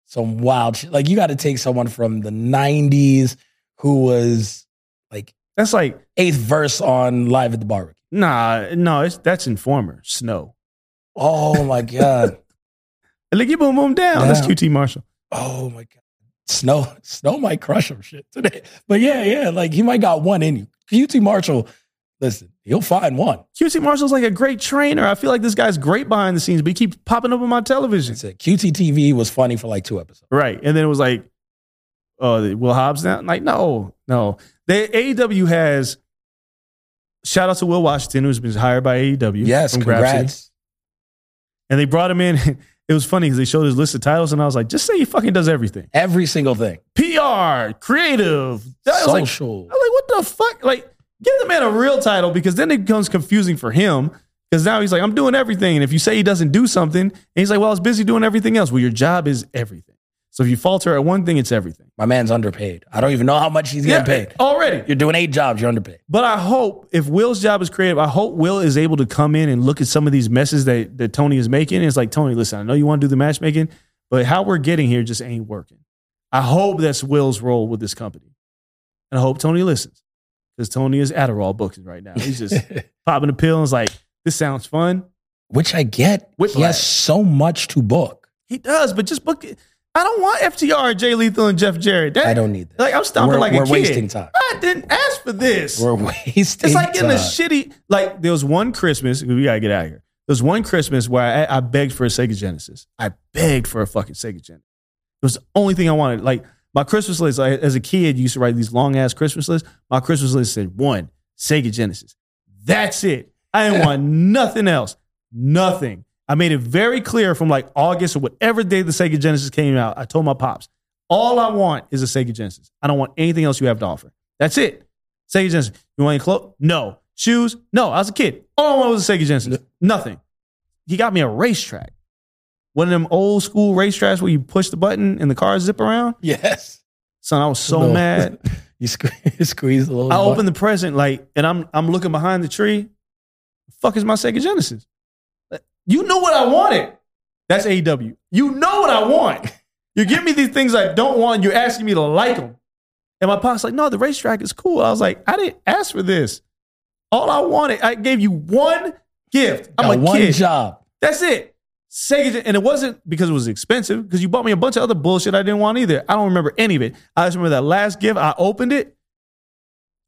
S2: some wild shit. Like you got to take someone from the '90s who was like
S3: That's like
S2: eighth verse on Live at the Barbecue.
S3: nah, no. It's that's Informer Snow.
S2: Oh my god.
S3: Lick your boom boom down. That's
S2: Yeah.
S3: QT Marshall.
S2: oh my god. Snow Snow might crush him shit today. But yeah, yeah. Like he might got one in you. QT Marshall. Listen, he'll find one.
S3: QT Marshall's like a great trainer. I feel like this guy's great behind the scenes, but he keeps popping up on my television.
S2: That's it. QT TV was funny for like two episodes.
S3: Right. And then it was like, oh, the Will Hobbs now? Like, no, no. They AEW has shout out to Will Washington, who's been hired by AEW.
S2: Yes,
S3: from Grab City.
S2: congrats.
S3: And they brought him in. It was funny because they showed his list of titles, and I was like, just say he fucking does everything.
S2: Every single thing.
S3: PR, creative. I was like,
S2: Social.
S3: I was like, what the fuck? Like, give the man a real title because then it becomes confusing for him. Because now he's like, I'm doing everything. And if you say he doesn't do something, and he's like, well, I was busy doing everything else. Well, your job is everything. So if you falter at one thing, it's everything.
S2: My man's underpaid. I don't even know how much he's
S3: Yeah,
S2: getting paid.
S3: already.
S2: You're doing eight jobs, you're underpaid.
S3: But I hope if Will's job is creative, I hope Will is able to come in and look at some of these messes that, that Tony is making. It's like, Tony, listen, I know you want to do the matchmaking, but how we're getting here just ain't working. I hope that's Will's role with this company. And I hope Tony listens because Tony is Adderall booking right now. He's just popping a pill and is like, this sounds fun.
S2: Which I get. He
S3: Whiplash.
S2: has so much to book.
S3: He does, but just book it. I don't want FTR, Jay Lethal, and Jeff Jarrett. That,
S2: I don't need that.
S3: Like, I'm stomping
S2: we're
S3: like
S2: we're
S3: a kid.
S2: wasting time.
S3: I didn't ask for this.
S2: We're wasting
S3: It's like getting
S2: time.
S3: a shitty. Like there was one Christmas. We gotta get out of here. There was one Christmas where I, I begged for a Sega Genesis. I begged for a fucking Sega Genesis. It was the only thing I wanted. Like my Christmas list. I, as a kid, you used to write these long ass Christmas lists. My Christmas list said one Sega Genesis. That's it. I didn't want nothing else. Nothing. I made it very clear from like August or whatever day the Sega Genesis came out. I told my pops, all I want is a Sega Genesis. I don't want anything else you have to offer. That's it. Sega Genesis. You want any clothes? No. Shoes? No. I was a kid. All I wanted was a Sega Genesis. Nothing. He got me a racetrack. One of them old school racetracks where you push the button and the cars zip around.
S2: Yes.
S3: Son, I was so
S2: No.
S3: mad.
S2: you squeeze, you squeeze a little.
S3: I
S2: button.
S3: opened the present like, and I'm I'm looking behind the tree. The fuck is my Sega Genesis? You knew what I wanted. That's AEW. You know what I want. You give me these things I don't want. You're asking me to like them. And my pop's like, no, the racetrack is cool. I was like, I didn't ask for this. All I wanted, I gave you one gift. I'm
S2: Got
S3: a
S2: one
S3: kid.
S2: job.
S3: That's it. Sega, Gen- and it wasn't because it was expensive, because you bought me a bunch of other bullshit I didn't want either. I don't remember any of it. I just remember that last gift. I opened it.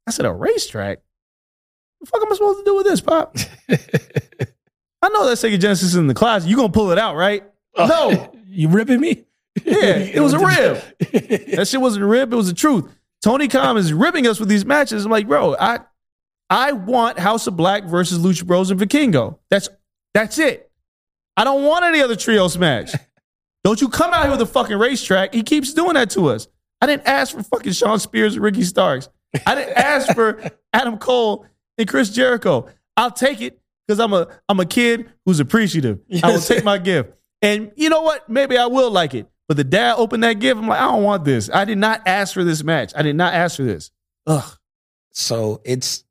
S3: I said, a racetrack? The fuck am I supposed to do with this, Pop? I know that Sega Genesis is in the closet. you going to pull it out, right? No.
S2: you ripping me?
S3: Yeah, it was a rib.
S2: rib.
S3: That shit wasn't a rib. It was the truth. Tony Khan is ribbing us with these matches. I'm like, bro, I I want House of Black versus Lucha Bros and Vikingo. That's that's it. I don't want any other trios match. Don't you come out here with a fucking racetrack. He keeps doing that to us. I didn't ask for fucking Sean Spears and Ricky Starks. I didn't ask for Adam Cole and Chris Jericho. I'll take it because I'm a I'm a kid who's appreciative. I will
S2: Yes.
S3: take my gift. And you know what? Maybe I will like it. But the dad opened that gift. I'm like, I don't want this. I did not ask for this match. I did not ask for this. Ugh.
S2: so it's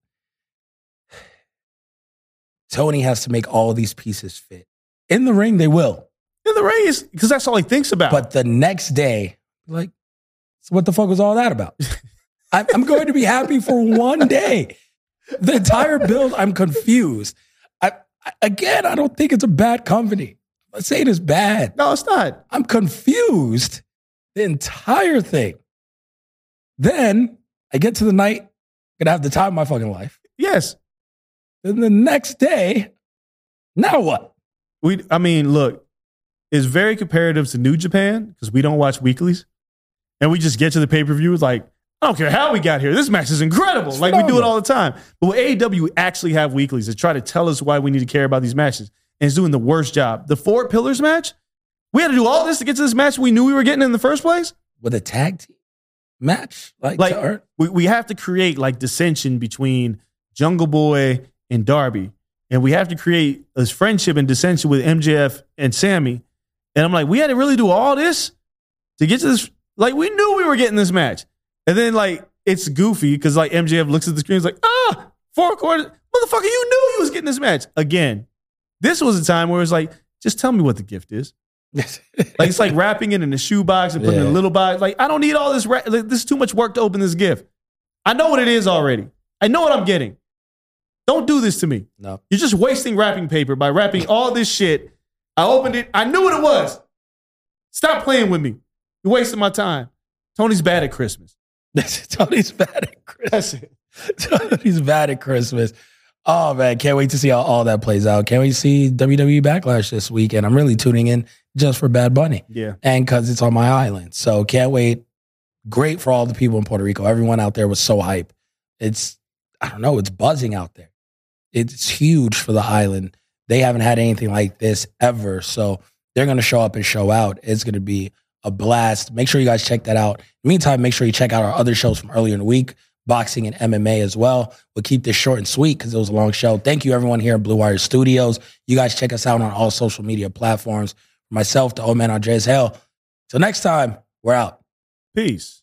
S2: Tony has to make all these pieces fit. In the ring, they will.
S3: In the ring is because that's all he thinks about.
S2: But the next day, like, so what the fuck was all that about? I'm, I'm going to be happy for one day. The entire build, I'm confused. I, I- again, I don't think it's a bad company. Let's say it is bad.
S3: no, it's not.
S2: I'm confused the entire thing. Then I get to the night, gonna have the time of my fucking life.
S3: Yes.
S2: Then the next day, now what?
S3: We I mean, look, it's very comparative to New Japan because we don't watch weeklies. And we just get to the pay-per-view it's like, I don't care how we got here. This match is incredible.
S2: It's
S3: like we do it
S2: phenomenal.
S3: all the time. But with AEW, we actually have weeklies to try to tell us why we need to care about these matches. And it's doing the worst job. The four pillars match, we had to do all this to get to this match we knew we were getting in the first place.
S2: With a tag team match? Like,
S3: Like-
S2: to earn-
S3: we, we have to create like dissension between Jungle Boy and Darby. And we have to create this friendship and dissension with MJF and Sammy. And I'm like, we had to really do all this to get to this. Like, we knew we were getting this match. And then, like, it's goofy because, like, MJF looks at the screen and is like, ah, four quarters. Motherfucker, you knew you was getting this match. Again, this was a time where it's like, just tell me what the gift is. Like it's like wrapping it in a shoebox and putting it in a
S2: Yeah.
S3: little box. Like I don't need all this. Ra- like, this is too much work to open this gift. I know what it is already. I know what I'm getting. Don't do this to me.
S2: no.
S3: You're just wasting wrapping paper by wrapping all this shit. I opened it. I knew what it was. Stop playing with me. You're wasting my time. Tony's bad at Christmas.
S2: Tony's bad at Christmas.
S3: That's it.
S2: Tony's bad at Christmas. Oh man, can't wait to see how all that plays out. Can't wait to see WWE Backlash this weekend. I'm really tuning in just for Bad Bunny
S3: Yeah.
S2: and because it's on my island. So can't wait. Great for all the people in Puerto Rico. Everyone out there was so hype. It's I don't know. It's buzzing out there. It's huge for the island. They haven't had anything like this ever. So they're gonna show up and show out. It's gonna be a blast. Make sure you guys check that out. In the meantime, make sure you check out our other shows from earlier in the week, boxing and MMA as well. We'll keep this short and sweet because it was a long show. Thank you everyone here at Blue Wire Studios. You guys check us out on all social media platforms. Myself, the old man Andres Hell. Till next time, we're out.
S3: Peace.